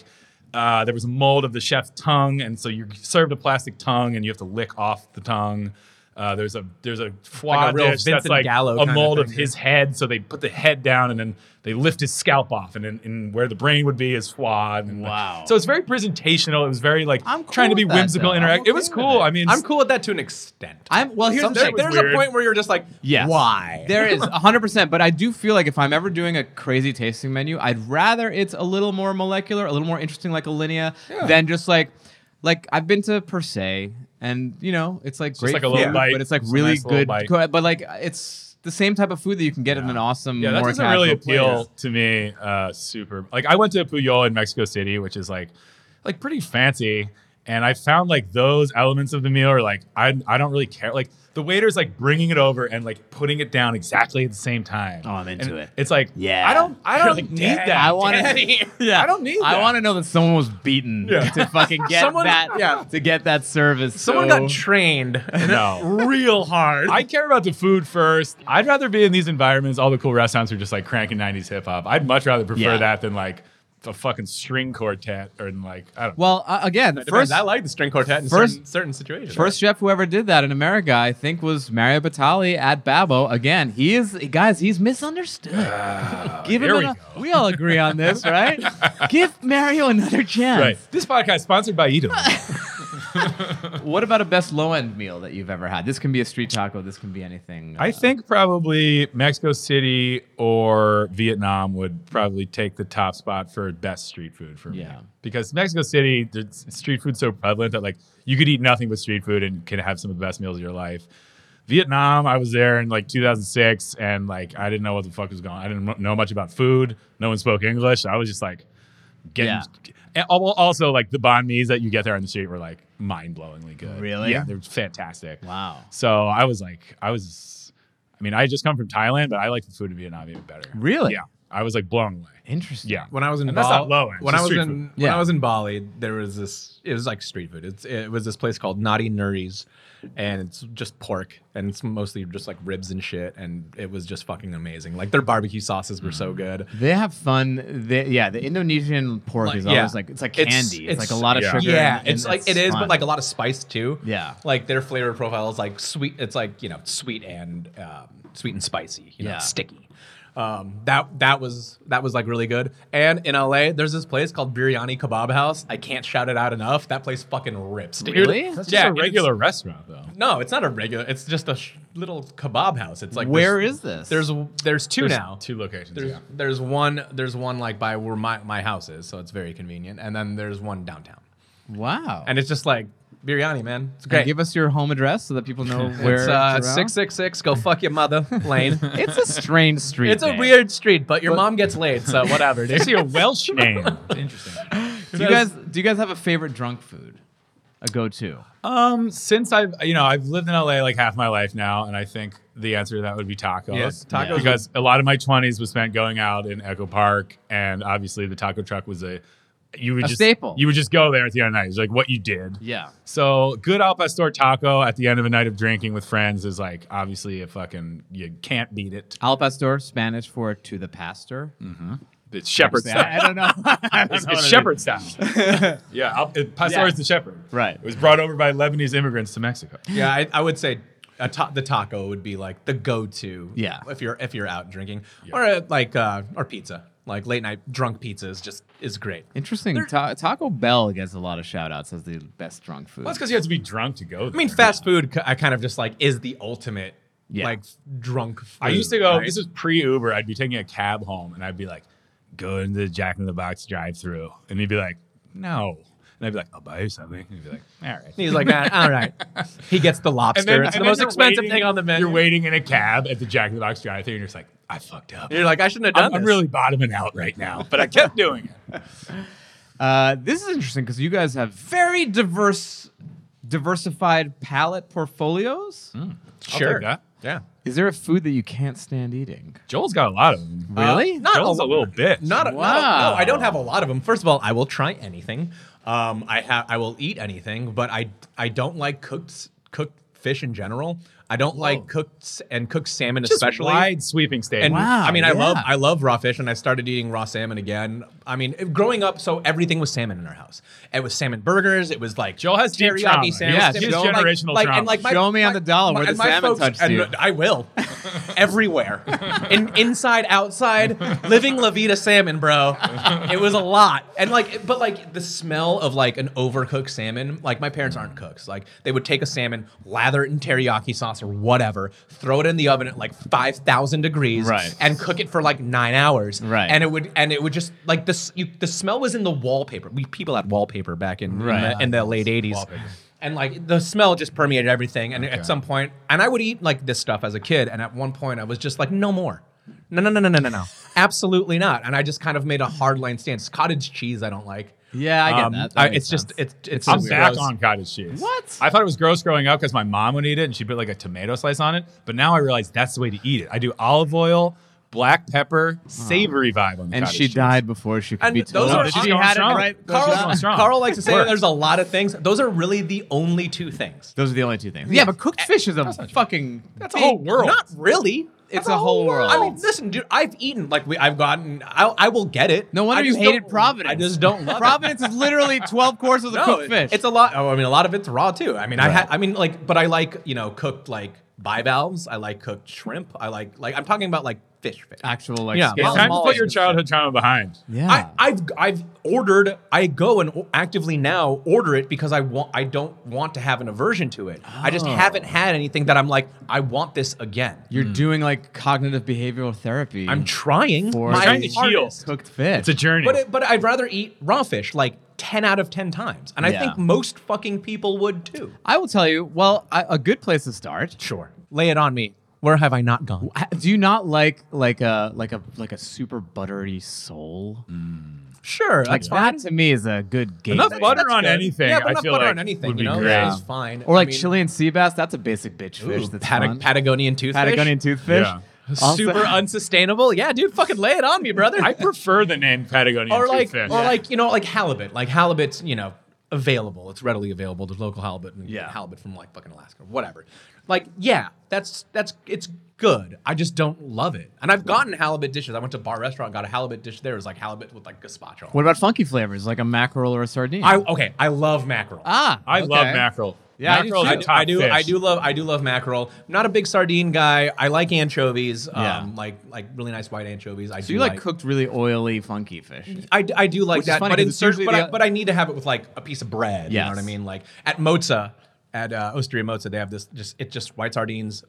S3: uh, there was a mold of the chef's tongue, and so you're served a plastic tongue, and you have to lick off the tongue. Uh, there's a there's a foie
S4: Like a real
S3: dish that's
S4: Vincent
S3: like
S4: Gallo
S3: a
S4: kinda
S3: mold of
S4: thing.
S3: his head, so they put the head down and then they lift his scalp off, and then and where the brain would be is foie. And
S2: Wow.
S3: So it's very presentational. It was very like
S2: I'm cool
S3: trying to be
S2: with that,
S3: whimsical,
S2: though. I'm
S3: interact.
S2: okay
S3: It was
S2: with
S3: cool.
S2: it.
S3: I mean,
S4: I'm cool with that to an extent.
S2: I'm well. Here's
S4: Some-
S2: the
S4: there-
S2: thing.
S4: there's
S3: weird.
S4: a point where you're just like,
S2: Yes.
S4: why?
S2: There is 100%, but I do feel like if I'm ever doing a crazy tasting menu, I'd rather it's a little more molecular, a little more interesting like a linea than just like like I've been to Per se and you know, it's like great
S3: like a little
S2: food,
S3: bite,
S2: but it's like
S3: just a
S2: really
S3: nice little
S2: good
S3: bite.
S2: co- but like it's the same type of food that you can get in an awesome
S3: yeah, that
S2: more
S3: doesn't
S2: casual
S3: really appeal
S2: place.
S3: to me. Uh, super. Like I went to Puyol in Mexico City, which is like, like pretty fancy, and I found like those elements of the meal are like I I don't really care. Like the waiter's like bringing it over and like putting it down exactly at the same time.
S2: Oh, I'm
S3: And
S2: into it.
S3: It's like
S2: Yeah.
S3: I don't I
S2: You're
S3: don't
S2: like,
S3: need
S2: "Daddy,
S3: that.
S2: I wanna-
S3: Daddy."
S2: Yeah.
S3: I don't need
S2: I
S3: that.
S2: want to know that someone was beaten
S3: Yeah.
S2: to fucking get
S4: Someone-
S2: that
S4: yeah.
S2: to get that service.
S4: Someone
S2: so-
S4: got trained
S3: No.
S4: real hard.
S3: I care about the food first. I'd rather be in these environments. All the cool restaurants are just like cranking '90s hip hop. I'd much rather prefer
S2: Yeah.
S3: that than like a fucking string quartet or like I don't. know.
S2: well, uh, again, the first
S4: I like the string quartet in
S2: first-
S4: certain, certain situations.
S2: First chef who ever did that in America, I think, was Mario Batali at Babbo. Again, he is guys, he's misunderstood. Give
S3: here
S2: him
S3: we
S2: an-
S3: go.
S2: we all agree on this, right? Give Mario another
S3: Right.
S2: chance.
S3: This podcast is sponsored by Edo.
S2: What about a best low end meal that you've ever had? This can be a street taco. This can be anything.
S3: I think probably Mexico City or Vietnam would probably take the top spot for best street food for me.
S2: Yeah.
S3: Because Mexico City, the s- street food's so prevalent that like you could eat nothing but street food and can have some of the best meals of your life. Vietnam, I was there in like 2006 and like I didn't know what the fuck was going on. I didn't know much about food. No one spoke English. I was just like getting and al- also like the banh mi's that you get there on the street were like mind-blowingly good.
S2: Really?
S3: Yeah, they're fantastic.
S2: Wow.
S3: So I was like, I was, I mean, I had just come from Thailand, but I like the food in Vietnam even better.
S2: Really?
S3: Yeah. I was like blown away.
S2: Interesting.
S3: Yeah.
S4: when I was in
S3: And that's not
S4: Bali,
S3: low end, it's
S4: when
S3: just
S4: I was in
S3: street
S4: when
S2: Yeah.
S4: I was in Bali, there was this. It was like street food. It's, it was this place called Naughty Nuri's, and it's just pork, and it's mostly just like ribs and shit, and it was just fucking amazing. Like their barbecue sauces were so good.
S2: They have fun. They, yeah, the Indonesian pork
S4: Like,
S2: is
S4: yeah.
S2: always like it's like candy.
S4: It's-
S2: It's,
S4: it's-
S2: like a lot of
S3: yeah.
S2: sugar.
S4: Yeah,
S2: and-
S4: it's
S2: and
S4: like it is,
S2: fun.
S4: but like a lot of spice too.
S2: Yeah.
S4: like their flavor profile is like sweet. It's like you know sweet and um, sweet and spicy. You know,
S2: Yeah.
S4: sticky. Um, that that was that was like really good. And in LA, there's this place called Biryani Kebab House. I can't shout it out enough. That place fucking rips, dude.
S2: Really?
S3: That's just
S4: yeah,
S3: a
S4: it's-
S3: regular restaurant, though.
S4: no, it's not a regular. It's just a sh- little kebab house. It's like
S2: Where
S4: there's-
S2: is this?
S4: There's there's two
S3: There's
S4: now.
S3: Two locations.
S4: There's
S3: yeah.
S4: there's one there's one like by where my my house is, so it's very convenient. And then there's one downtown.
S2: wow.
S4: And it's just like biryani, man. It's
S2: Okay,
S4: great.
S2: give us your home address so that people know where
S4: it's uh,
S2: around.
S4: six six six. Go fuck your mother, Lane.
S2: It's a strange street.
S4: it's a
S2: name.
S4: weird street, but your mom gets laid, so whatever,
S3: I
S4: dude.
S3: see a Welsh name. Interesting.
S2: Do you guys do you guys have a favorite drunk food? A go-to.
S3: Um, since I've you know I've lived in LA like half my life now, and I think the answer to that would be tacos.
S4: Yeah, tacos Yeah.
S3: Because a lot of my twenties was spent going out in Echo Park, and obviously the taco truck was a you would
S2: A
S3: just
S2: staple.
S3: You would just go there at the end of the night. It's like what you did.
S2: Yeah.
S3: So good al pastor taco at the end of a night of drinking with friends is like obviously a fucking you can't beat it.
S2: Al pastor, Spanish for to the pastor.
S4: Mm-hmm.
S3: It's shepherd
S2: Say,
S3: style.
S2: I, I don't know. I don't
S3: It's,
S2: know what
S3: it's
S2: it
S3: shepherd style. yeah, al, it, pastor
S2: Yeah.
S3: is the shepherd.
S2: Right.
S3: It was brought over by Lebanese immigrants to Mexico.
S4: yeah, I, I would say a ta- the taco would be like the go-to.
S2: Yeah.
S4: if you're if you're out drinking, or uh like uh, or pizza, like late night drunk pizza is just is great.
S2: is. Interesting. Ta- Taco Bell gets a lot of shout outs as the best drunk food.
S3: Well, that's because you have to be drunk to go. There.
S4: I mean, fast food, ki- I kind of just like is the ultimate
S2: Yeah.
S4: like drunk. Food,
S3: I used to go.
S4: right?
S3: This was pre Uber. I'd be taking a cab home, and I'd be like, go into the Jack in the Box drive through and he'd be like, no. And I'd be like, I'll buy you something. And he'd be like, all right.
S4: He's like, "Nah, all right. He gets the lobster. it's the most
S3: you're
S4: expensive
S3: waiting-
S4: thing on the menu.
S3: You're waiting in a cab at the Jack in the Box drive through and you're just like, I fucked up.
S4: You're like, I shouldn't have done
S3: I'm, I'm
S4: this."
S3: really bottoming out right now, but I kept doing it.
S2: Uh, this is interesting because you guys have very diverse, diversified palette portfolios.
S4: Hmm.
S3: Sure. I'll take that.
S4: Yeah.
S2: Is there a food that you can't stand eating?
S3: Joel's got a lot of them.
S4: Really? not
S3: Joel's
S4: a-
S3: a little bit.
S4: Not, a, not a- no, I don't have a lot of them. First of all, I will try anything. Um, I have I will eat anything, but I I don't like cooked s- cooked fish in general. I don't like cooked s- and cooked salmon
S3: Just
S4: especially.
S3: wide sweeping statement.
S4: And I mean, I love
S2: yeah.
S4: I love raw fish, and I started eating raw salmon again. I mean, if- growing up, so everything was salmon in our house. It was salmon burgers. It was like
S3: Joel has deep
S4: teriyaki
S3: trauma.
S4: salmon.
S3: Yes,
S4: salmon-
S3: he has
S4: like-
S3: generational
S4: like,
S3: trauma.
S4: and like my-
S2: Show me on
S4: my-
S2: the dollar where
S4: my-
S2: the
S4: and my
S2: salmon
S4: folks-
S2: touched
S4: and
S2: you.
S4: I will, everywhere, in inside, outside, living La Vida salmon, bro. It was a lot, and like, but like the smell of like an overcooked salmon. Like my parents aren't cooks. Like they would take a salmon, lather it in teriyaki sauce or whatever, throw it in the oven at like five thousand degrees,
S2: Right.
S4: and cook it for like nine hours,
S2: Right.
S4: And it would and it would just like this. You, the smell was in the wallpaper. We people had wallpaper back in in, the, in the late eighties, and like the smell just permeated everything. And at some point, and I would eat like this stuff as a kid. And at one point, I was just like, no more. No, no, no, no, no, no, no. Absolutely not. And I just kind of made a hard line stance. Cottage cheese, I don't like.
S2: Yeah, I get
S3: Um,
S2: that. That
S4: I,
S2: makes
S4: it's just
S2: sense.
S4: it's it's
S3: I'm
S4: just
S3: back
S4: gross.
S3: on cottage cheese.
S2: What?
S3: I thought it was gross growing up because my mom would eat it and she put like a tomato slice on it. But now I realize that's the way to eat it. I do olive oil, black pepper, savory vibe on the
S2: and
S3: cottage
S2: she
S3: cheese.
S2: died before she could
S4: And
S2: be
S4: those
S2: told.
S4: are-
S3: she's
S4: She
S3: going
S2: had it
S3: strong.
S2: right-
S3: She's
S4: Carl,
S3: going strong.
S4: Carl likes to say
S3: Works.
S4: that there's a lot of things. Those are really the only two things.
S2: Those are the only two things. Yeah, but
S4: Eh,
S2: cooked fish is a fucking.
S3: That's a whole world.
S4: Not really.
S2: It's a whole world.
S4: I mean, listen, dude. I've eaten like we. I've gotten. I, I will get it.
S2: No wonder
S4: I
S2: you
S4: just don't-
S2: hated Providence.
S4: I just don't love it.
S2: Providence is literally twelve courses of
S4: No,
S2: cooked fish.
S4: it's a lot. Oh, I mean, a lot of it's raw too. I mean, I ha- I mean, like, but I like you know cooked like bivalves. I like cooked shrimp. I like like I'm talking about like fish. fish.
S2: actual like.
S4: Yeah,
S2: scale.
S3: It's time to
S4: Small
S3: put your
S4: is-
S3: childhood trauma behind.
S2: Ah, yeah.
S4: I, I've I've ordered. I go and o- actively now order it because I want. I don't want to have an aversion to it. I
S2: Oh.
S4: just haven't had anything that I'm like. I want this again.
S2: You're doing like cognitive behavioral therapy.
S4: Mm. I'm trying.
S2: For
S4: my
S3: Trying to heal.
S4: hardest.
S2: cooked fish.
S3: It's a journey.
S4: But it, but I'd rather eat raw fish like ten out of ten times, and I
S2: Yeah.
S4: think most fucking people would too.
S2: I will tell you. Well, I, a good place to start.
S4: Sure, lay it on me. Where have I not gone?
S2: Ha- Do you not like like a like a like a super buttery sole?
S4: Sure,
S2: Like
S4: Mm. that's fine.
S2: that to me is a good game.
S3: Enough butter
S4: That's
S3: on
S4: good.
S3: anything.
S4: Yeah, but
S3: I
S4: enough
S3: feel
S4: butter
S3: like
S4: on anything.
S3: Would be
S4: you know,
S3: great.
S4: it's fine.
S2: Or
S4: I
S2: like
S4: mean,
S2: Chilean sea bass. That's a basic bitch
S4: ooh,
S2: fish. That's
S4: Pat-
S2: fun.
S4: Patagonian toothfish.
S2: Patagonian toothfish.
S3: Yeah.
S2: Also-
S4: Super unsustainable. Yeah, dude, fucking lay it on me, brother.
S3: I prefer the name Patagonian
S4: or like,
S3: toothfish.
S4: or like, you know, like halibut. Like halibut's, you know, available. It's readily available. There's local halibut and
S2: Yeah.
S4: halibut from like fucking Alaska, whatever. Like, yeah, that's that's it's good. I just don't love it. And I've gotten halibut dishes. I went to a bar restaurant, got a halibut dish. There it was like halibut with like gazpacho.
S2: What about funky flavors like a mackerel or a sardine?
S4: I okay. I love mackerel.
S2: ah,
S3: I love
S2: okay.
S3: mackerel.
S2: Yeah, I do
S3: mackerel
S2: too.
S4: I,
S3: is
S4: do-
S3: a top
S4: I do.
S3: fish.
S4: I do love. I do love mackerel. I'm not a big sardine guy. I like anchovies. Um,
S2: Yeah.
S4: Like like really nice white anchovies. I
S2: So
S4: do
S2: you like
S4: like.
S2: cooked really oily funky fish?
S4: I, d- I do like
S2: Which is
S4: that,
S2: funny
S4: but
S2: 'cause
S4: in
S2: it's
S4: certain,
S2: usually
S4: but,
S2: the
S4: I, but I need to have it with like a piece of bread. You know what I
S2: Yes.
S4: mean? Like at Moza, at uh, Osteria Moza, they have this just it's just white sardines,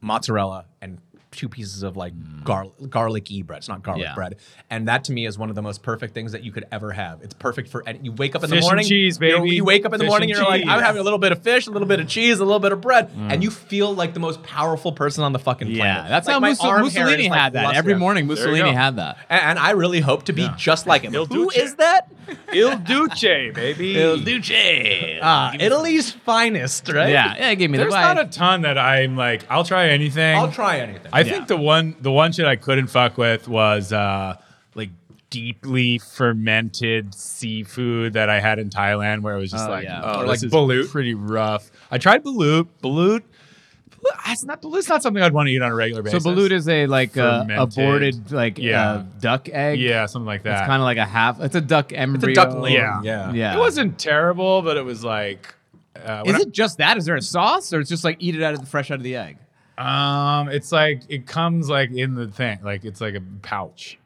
S4: mozzarella, and two pieces of like garlic garlicky bread. It's not garlic
S2: Mm. Yeah.
S4: bread, and that to me is one of the most perfect things that you could ever have. It's perfect for any, you wake up in
S3: Fish and
S4: the morning,
S3: cheese,
S4: you know,
S3: baby.
S4: You wake up in the
S3: Fish
S4: morning,
S3: and
S4: you're like, I'm
S3: cheese.
S4: having a little bit of fish, a little bit of cheese, a little bit of bread, and you feel like the most powerful person on the fucking planet.
S2: Mm. Yeah, that's
S4: Like,
S2: how
S4: my
S2: Mussol-
S4: arm hair
S2: Mussolini
S4: is,
S2: had
S4: like,
S2: that.
S4: luscious.
S2: Every morning,
S3: you
S2: Mussolini
S3: go.
S2: had that.
S4: And, and I really hope to be just like him.
S3: Il
S4: Who
S3: Duce.
S4: is that?
S3: Il Duce, baby.
S4: Il
S3: Duce.
S4: Ah, Italy's finest, right?
S2: Yeah, yeah, give me
S3: There's
S2: the
S3: not
S2: bite.
S3: a ton that I'm like. I'll try anything.
S4: I'll try anything.
S3: I think the one the one shit I couldn't fuck with was uh like deeply fermented seafood that I had in Thailand where it was just
S2: Oh,
S3: like
S2: yeah.
S3: oh
S4: Or
S3: this
S4: like
S3: is
S4: balut.
S3: pretty rough. I tried balut, balut. It's not balut's not something I'd want to eat on a regular
S2: So
S3: basis.
S2: balut is a like uh,
S3: Fermented.
S2: aborted like
S3: Yeah.
S2: uh, duck egg.
S3: yeah, something like
S2: it's
S3: that.
S2: kind of like a half. It's a duck embryo.
S4: duck laying.
S3: yeah.
S4: Yeah.
S2: Yeah.
S3: It wasn't terrible, but it was like uh, when
S2: Is it just that? Is there a sauce, or it's just like eat it out of the fresh out of the egg?
S3: I- um it's like it comes like in the thing. Like it's like a pouch.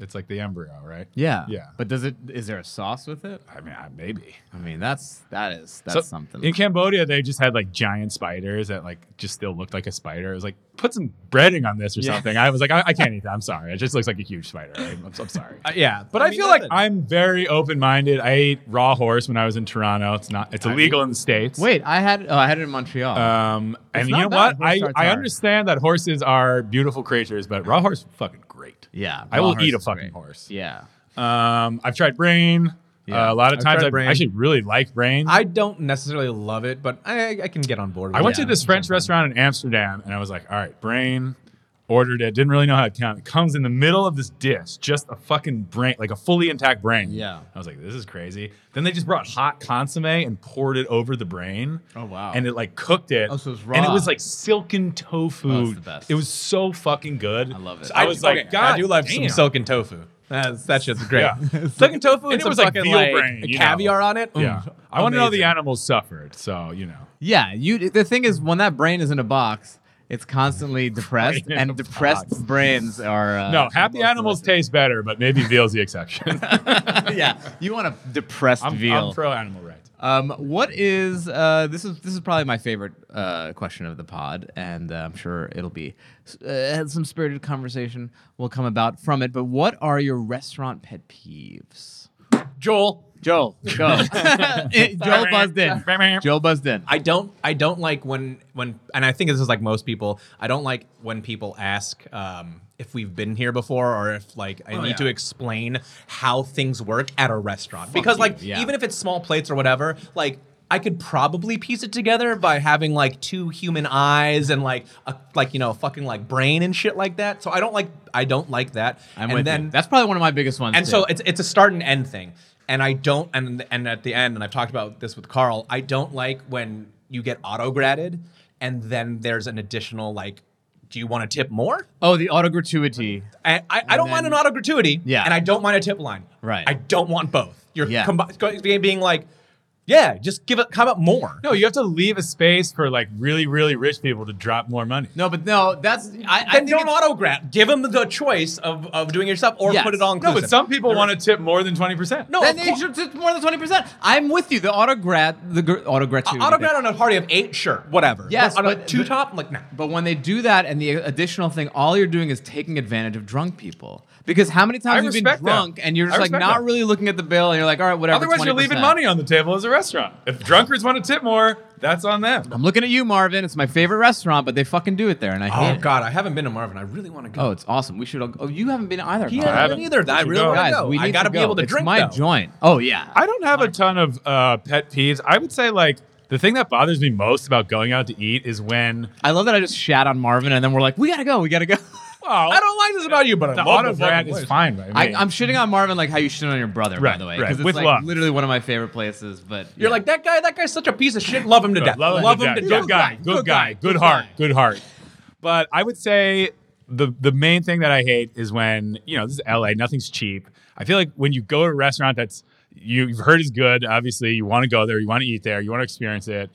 S3: It's like the embryo, right?
S2: Yeah.
S3: Yeah.
S2: But does it? Is there a sauce with it?
S3: I mean, I- maybe.
S2: I mean, that's that is that's
S3: So,
S2: something.
S3: In Cambodia, they just had like giant spiders that like just still looked like a spider. It was like put some breading on this or
S2: Yeah.
S3: something. I was like, I, I can't eat that. I'm sorry. It just looks like a huge spider. I'm, I'm, I'm sorry.
S4: Uh, yeah,
S3: But I, feel like I'm very open minded. I ate raw horse when I was in Toronto. It's not. It's illegal in the states.
S2: Wait, I had oh, I had it in Montreal.
S3: Um, and you
S2: not
S3: know
S2: bad,
S3: what? I,
S2: horse
S3: I
S2: tartare.
S3: understand that horses are beautiful creatures, but raw horse is fucking great.
S2: yeah,
S3: I will
S2: raw
S3: eat a
S2: horse is
S3: fucking
S2: great.
S3: horse.
S2: Yeah,
S3: Um, I've tried brain.
S2: Yeah.
S3: Uh, a lot of
S4: I've
S3: times
S4: tried
S3: I
S4: brain.
S3: actually really like brain.
S4: I don't necessarily love it, but I, I can get on board. With
S3: I went
S4: it.
S3: to this French restaurant in Amsterdam and I was like, all right, brain, ordered it. Didn't really know how to count. It comes in the middle of this dish, just a fucking brain, like a fully intact brain.
S2: Yeah.
S3: I was like, this is crazy. Then they just brought hot consomme and poured it over the brain.
S2: Oh, wow.
S3: And it like cooked it.
S2: Oh, so it's
S3: And it
S2: raw.
S3: was like silken tofu.
S2: Oh, it's the best.
S3: It was so fucking good. I
S2: love it.
S3: I was like,
S4: Okay,
S3: God,
S4: I do love
S3: damn."
S4: some silken tofu. That's, that shit's great.
S3: Yeah.
S4: silken tofu and,
S3: it
S4: some
S3: was like
S4: fucking
S3: veal
S4: like
S3: brain, you know.
S4: caviar on it.
S2: Mm.
S3: Yeah.
S4: Ooh,
S3: I want to know the
S4: amazing.
S3: animals suffered. So, you know.
S2: yeah. You the thing is, when that brain is in a box, it's constantly depressed,
S3: Brain in a
S2: and depressed
S3: box.
S2: brains are uh,
S3: no, happy
S2: most
S3: animals taste better, but maybe veal's the exception.
S2: delicious. yeah, you want a depressed
S3: I'm,
S2: veal.
S3: I'm pro animal rights.
S2: Um, what is uh, this is this is probably my favorite uh, question of the pod, and uh, I'm sure it'll be uh, some spirited conversation will come about from it. But what are your restaurant pet peeves?
S3: Joel.
S2: Joel, go. Joel buzzed in. Joel buzzed in.
S4: I don't I don't like when when and I think this is like most people. I don't like when people ask um, if we've been here before or if like
S2: Oh,
S4: I need to explain how things work at a restaurant because like
S2: yeah.
S4: even if it's small plates or whatever, like. I could probably piece it together by having like two human eyes and like a like you know fucking like brain and shit like that. So I don't like I don't like that.
S2: I'm
S4: and
S2: with
S4: then
S2: you. That's probably one of my biggest ones.
S4: and
S2: too.
S4: so it's it's a start and end thing. And I don't and and at the end, and I've talked about this with Carl. I don't like when you get auto graded, and then there's an additional like, do you want to tip more?
S2: oh, the auto gratuity.
S4: I, I, I don't mind an auto gratuity,
S2: Yeah.
S4: and I don't mind a tip line.
S2: Right.
S4: I don't want both. You're
S2: Yeah.
S4: combi- being- being like, yeah, just give it. How about more?
S3: No, you have to leave a space for like really, really rich people to drop more money.
S2: No, but no, that's I, I
S4: Then
S2: think
S4: don't
S2: it's-
S4: auto grad. Give them the choice of, of doing it yourself or
S2: Yes.
S4: put it all
S2: No,
S3: No,
S4: inclusive.
S3: but some people want to tip more than 20%.
S4: no,
S2: Then
S4: of
S2: they
S4: course-
S2: should, it's more than twenty percent. I'm with you. The auto grad, the gr- auto gratuity.
S4: auto
S2: thing.
S4: grad on a party of eight, sure, whatever.
S2: Yes,
S4: on a
S2: but-
S4: two
S2: but-
S4: top, I'm like nah.
S2: But when they do that and the additional thing, all you're doing is taking advantage of drunk people. Because how many
S3: I
S2: times have you been
S3: respect that.
S2: drunk and you're just
S3: I
S2: like
S3: respect
S2: not
S3: that.
S2: really looking at the bill and you're like, all right, whatever.
S3: Otherwise, you're leaving
S2: 20%.
S3: money on the table as a restaurant. If drunkards want to tip more, that's on them.
S2: I'm looking at you, Marvin. It's my favorite restaurant, but they fucking do it there, and I hate
S4: Oh
S2: it.
S4: God, I haven't been to Marvin. I really want to go.
S2: Oh, it's awesome. We should. All, oh, you haven't been either.
S4: He
S2: Colin.
S3: haven't.
S4: hasn't been either. I
S3: We
S4: really
S3: should
S4: want
S2: Guys,
S4: to go.
S2: we need
S4: I gotta
S2: to
S4: be able to
S2: It's
S4: drink
S2: my
S4: though.
S2: joint. Oh yeah.
S3: I don't have a ton of uh, pet peeves. I would say like the thing that bothers me most about going out to eat is when
S2: I love that I just shat on Marvin, and then we're like, we gotta go. We gotta go.
S3: well,
S4: I don't like this about you, but I
S3: the
S4: love
S3: auto
S4: the
S3: grad
S4: fucking
S3: is
S4: place.
S3: fine by me.
S2: I, I'm shitting on Marvin like how you shit on your brother, by
S3: Right,
S2: the way,
S3: right.
S2: it's
S3: With
S2: like
S3: love.
S2: literally one of my favorite places. But yeah.
S4: You're like that guy. That guy's such a piece of shit. Love him to
S3: Good.
S4: death.
S3: Love, him to death. Good guy. Good guy. Good heart. Good heart. But I would say the the main thing that I hate is when you know this is LA. Nothing's cheap. I feel like when you go to a restaurant that's you've heard is good. Obviously, you want to go there. You want to eat there. You want to experience it,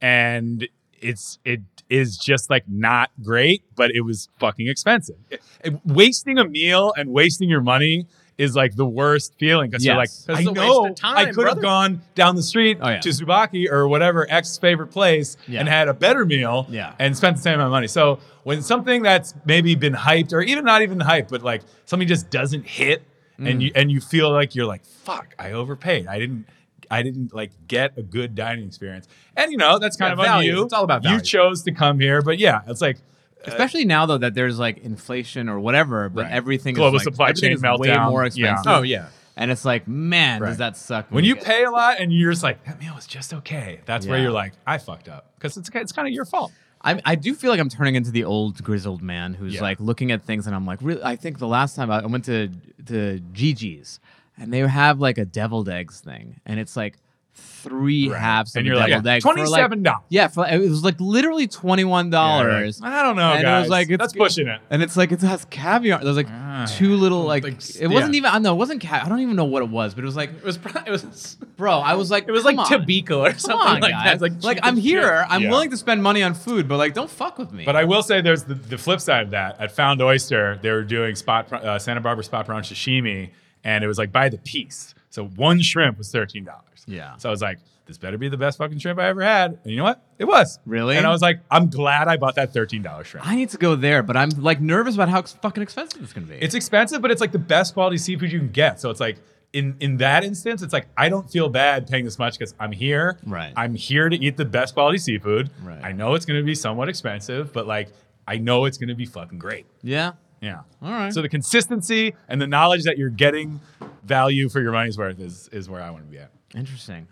S3: and it's it is just like not great, but it was fucking expensive. It- it- wasting a meal and wasting your money. Is like the worst feeling because
S2: Yes.
S3: you're like, I
S4: It's a waste
S3: know
S4: of time,
S3: I could have
S4: brother."
S3: gone down the street
S2: Oh, yeah.
S3: to Subaki or whatever X favorite place
S2: Yeah.
S3: and had a better meal
S2: Yeah.
S3: and spent the same amount of money. So when something that's maybe been hyped or even not even hyped, but like something just doesn't hit and you and you feel like you're like, fuck, I overpaid. I didn't I didn't like get a good dining experience. And you know, that's kind
S4: Yeah,
S3: of on
S4: value.
S3: you.
S4: It's all about
S3: You
S4: value.
S3: chose to come here, but yeah, it's like
S2: especially now though that there's like inflation or whatever, but
S3: Uh, Right.
S2: everything
S3: Global
S2: is like,
S3: supply
S2: everything
S3: chain
S2: is
S3: meltdown.
S2: way more
S3: Yeah.
S2: expensive.
S4: Oh yeah.
S2: and it's like, man,
S3: Right.
S2: does that suck?
S3: when you
S2: get-
S3: pay a lot and you're just like, that meal was just okay. That's where
S2: Yeah.
S3: you're like, I fucked up. Because it's it's kind of your fault.
S2: I, I do feel like I'm turning into the old grizzled man who's
S3: Yeah.
S2: like looking at things and I'm like, really, I think the last time I, I went to to Gigi's and they have like a deviled eggs thing, and it's like three
S3: Right.
S2: halves of a
S3: And you're like,
S2: deviled
S3: yeah,
S2: egg for, like-
S3: $27.
S2: Yeah, for, it was like literally twenty one dollars.
S3: I don't know,
S2: And
S3: guys.
S2: it was like it's
S3: that's pushing it.
S2: And it's like it has caviar. There's like two little like,
S4: like,
S2: it wasn't
S4: yeah.
S2: even. I know it wasn't. Ca- I don't even know what it was, but it was like,
S4: It was. pro- It was.
S2: bro, I was like,
S4: It was
S2: come
S4: like
S2: on.
S4: Tobiko or
S2: Come
S4: something
S2: on,
S4: like that.
S2: guys.
S4: It's
S2: Like,
S4: cheap
S2: I'm
S4: as
S2: here. I'm
S3: Yeah.
S2: willing to spend money on food, but like, don't fuck with me.
S3: But I will say there's the, the flip side of that. At Found Oyster, they were doing spot pra- uh, Santa Barbara spot prawn sashimi, and it was like by the piece. So one shrimp was thirteen dollars.
S2: Yeah.
S3: So I was like, this better be the best fucking shrimp I ever had. And you know what? It was.
S2: Really?
S3: And I was like, I'm glad I bought that thirteen dollar shrimp.
S2: I need to go there, but I'm like nervous about how ex- fucking expensive it's gonna be.
S3: It's expensive, but it's like the best quality seafood you can get. So it's like in in that instance, it's like I don't feel bad paying this much because I'm here.
S2: Right.
S3: I'm here to eat the best quality seafood.
S2: Right.
S3: I know it's going to be somewhat expensive, but like I know it's going to be fucking great.
S2: yeah.
S3: Yeah.
S2: All right.
S3: So the consistency and the knowledge that you're getting value for your money's worth is is where I want to be at.
S2: Interesting.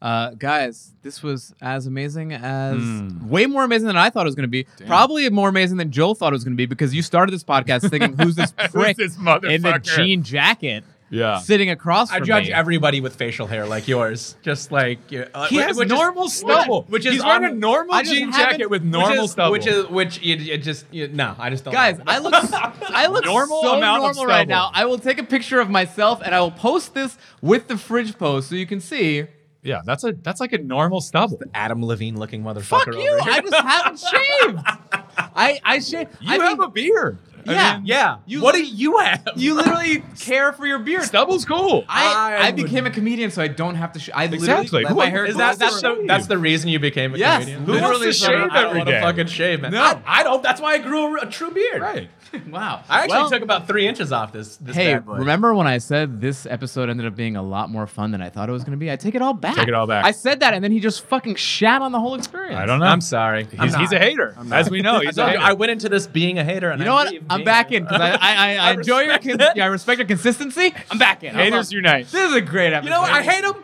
S2: Uh, guys, this was as amazing as way more amazing than I thought it was going to be. Probably more amazing than Joel thought it was going to be because you started this podcast thinking, "Who's this prick
S3: this
S2: in the
S3: motherfucker?"
S2: jean jacket
S3: Yeah.
S2: sitting across?"
S4: I
S2: from
S4: judge
S2: me?
S4: everybody with facial hair like yours, just like you- uh,
S3: He
S4: whi-
S3: has
S4: is-
S3: normal stubble.
S4: Which is
S3: He's wearing
S4: un-
S3: a normal
S4: I just
S3: jean
S4: haven't-
S3: jacket with
S4: which
S3: normal
S4: is-
S3: stubble.
S4: Which is which you, you just you, no, I just don't.
S2: Guys,
S4: like it.
S2: I look I look
S3: Normal
S2: so
S3: amount of
S2: normal right now.
S3: stubble.
S2: I will take a picture of myself and I will post this with the fridge post so you can see.
S3: Yeah, that's a that's like a normal stubble.
S4: Adam Levine looking motherfucker.
S2: Fuck
S4: over
S2: you!
S4: here.
S2: I just haven't shaved. I I shaved.
S3: You
S2: I
S3: have
S2: mean,
S3: a beard. I
S2: Yeah.
S3: mean,
S4: yeah.
S2: You-
S4: what do you have?
S2: you literally care for your beard.
S3: Stubble's cool.
S2: I, I,
S4: I
S2: became a comedian, so I don't have to. Sh- I
S3: Exactly.
S2: literally let
S3: Who-
S2: my hair
S4: Is
S2: go
S4: that
S2: up
S4: that's
S2: to-
S4: the, that's the reason you became a
S2: Yes.
S4: comedian?
S2: Who wants
S4: Literally,
S3: to
S4: so I
S3: shave
S4: don't wanna
S3: every day?
S4: Fucking shave, man.
S3: No.
S4: I, I don't. That's why I grew a, a true beard.
S3: right.
S2: wow.
S4: I actually
S2: Well,
S4: took about three inches off this. this
S2: Hey,
S4: bad boy.
S2: remember when I said this episode ended up being a lot more fun than I thought it was going to be? I take it all back.
S3: Take it all back.
S2: I said that, and then he just fucking shat on the whole experience.
S3: I don't know.
S4: I'm sorry. I'm
S3: He's, he's a
S4: not.
S3: hater, as we know.
S4: I
S3: He's a
S4: told you,
S3: hater.
S4: I went into this being a hater, and
S2: You know
S4: I
S2: what?
S4: leave
S2: I'm
S4: being
S2: back
S4: a-
S2: in because I, I, I, I enjoy your
S4: respect
S2: con-
S4: that.
S2: yeah, I respect your consistency. I'm back in. I
S3: Haters
S2: love-
S3: unite.
S2: This is a great episode.
S4: You know what? I hate him.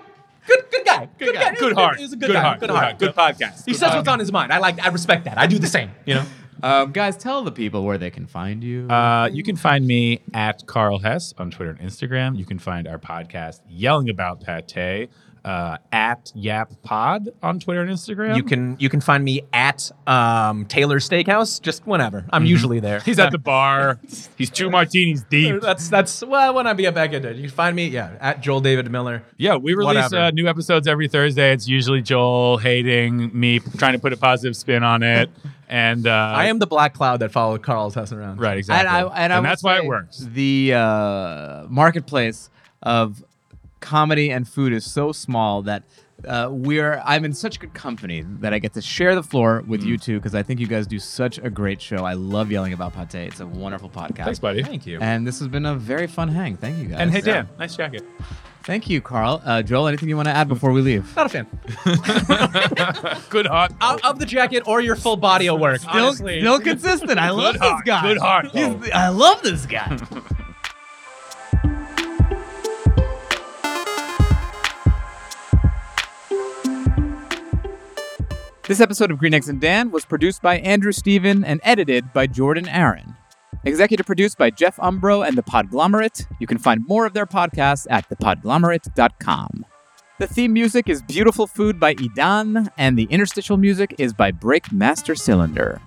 S4: Good, good guy. Good,
S2: guy.
S4: guy.
S3: good heart.
S4: He's a good, guy.
S3: heart.
S4: Good heart.
S3: Good podcast.
S4: He
S3: Good
S4: says
S3: podcast.
S4: what's on his mind. I like. I respect that. I do the same. You know.
S2: Um, guys, tell the people where they can find you.
S3: Uh, you can find me at Carl Hess on Twitter and Instagram. You can find our podcast, Yelling About Pate, uh, at Yap Pod on Twitter and Instagram.
S4: You can you can find me at um, Taylor's Steakhouse. Just whenever. I'm usually there.
S3: He's at the bar. He's two martinis deep.
S4: That's that's well when I be a back at it. You can find me yeah at Joel David Miller.
S3: Yeah, we release
S4: Whatever.
S3: uh, new episodes every Thursday. It's usually Joel hating me, trying to put a positive spin on it, and uh,
S4: I am the black cloud that followed Carl's house around.
S3: right exactly,
S2: And, I, and, I will
S3: that's why it
S2: say
S3: works.
S2: The uh, marketplace of comedy and food is so small that uh, we're I'm in such good company that I get to share the floor with you two because I think you guys do such a great show. I love yelling about pate. It's a wonderful podcast.
S3: Thanks, buddy.
S4: Thank you.
S2: And this has been a very fun hang. Thank you guys.
S3: And hey, Dan, nice jacket.
S2: Thank you, Carl. Uh, Joel, anything you want to add before we leave?
S4: Not a fan.
S3: Good heart.
S4: Out of the jacket or your full body of work.
S2: Still,
S4: honestly.
S2: still consistent. I love this
S3: heart,
S2: guy.
S3: good heart.
S2: He's- I love this guy. This episode of Green Eggs and Dan was produced by Andrew Steven and edited by Jordan Aaron. Executive produced by Jeff Umbro and The Podglomerate. You can find more of their podcasts at thepodglomerate.com. The theme music is Beautiful Food by Idan, and the interstitial music is by Breakmaster Cylinder.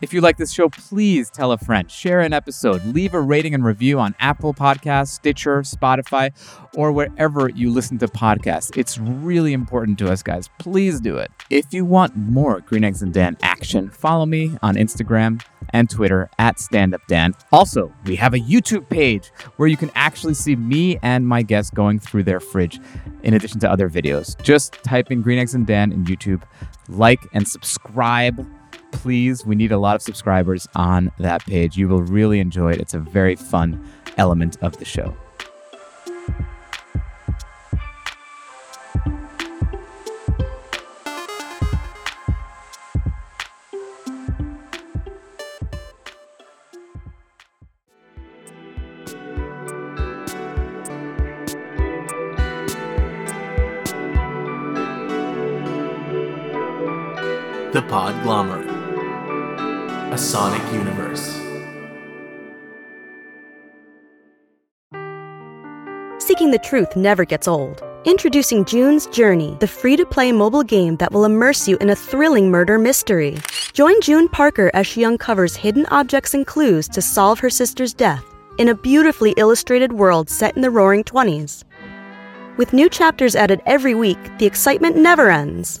S2: If you like this show, please tell a friend, share an episode, leave a rating and review on Apple Podcasts, Stitcher, Spotify, or wherever you listen to podcasts. It's really important to us, guys. Please do it. If you want more Green Eggs and Dan action, follow me on Instagram and Twitter at StandUpDan. Also, we have a YouTube page where you can actually see me and my guests going through their fridge in addition to other videos. Just type in Green Eggs and Dan in YouTube, like and subscribe please we need a lot of subscribers on that page you will really enjoy it it's a very fun element of the show
S6: The Podglomerate. A Sonic Universe.
S7: Seeking the truth never gets old. Introducing June's Journey, the free to play mobile game that will immerse you in a thrilling murder mystery. Join June Parker as she uncovers hidden objects and clues to solve her sister's death in a beautifully illustrated world set in the roaring 20s. With new chapters added every week, the excitement never ends.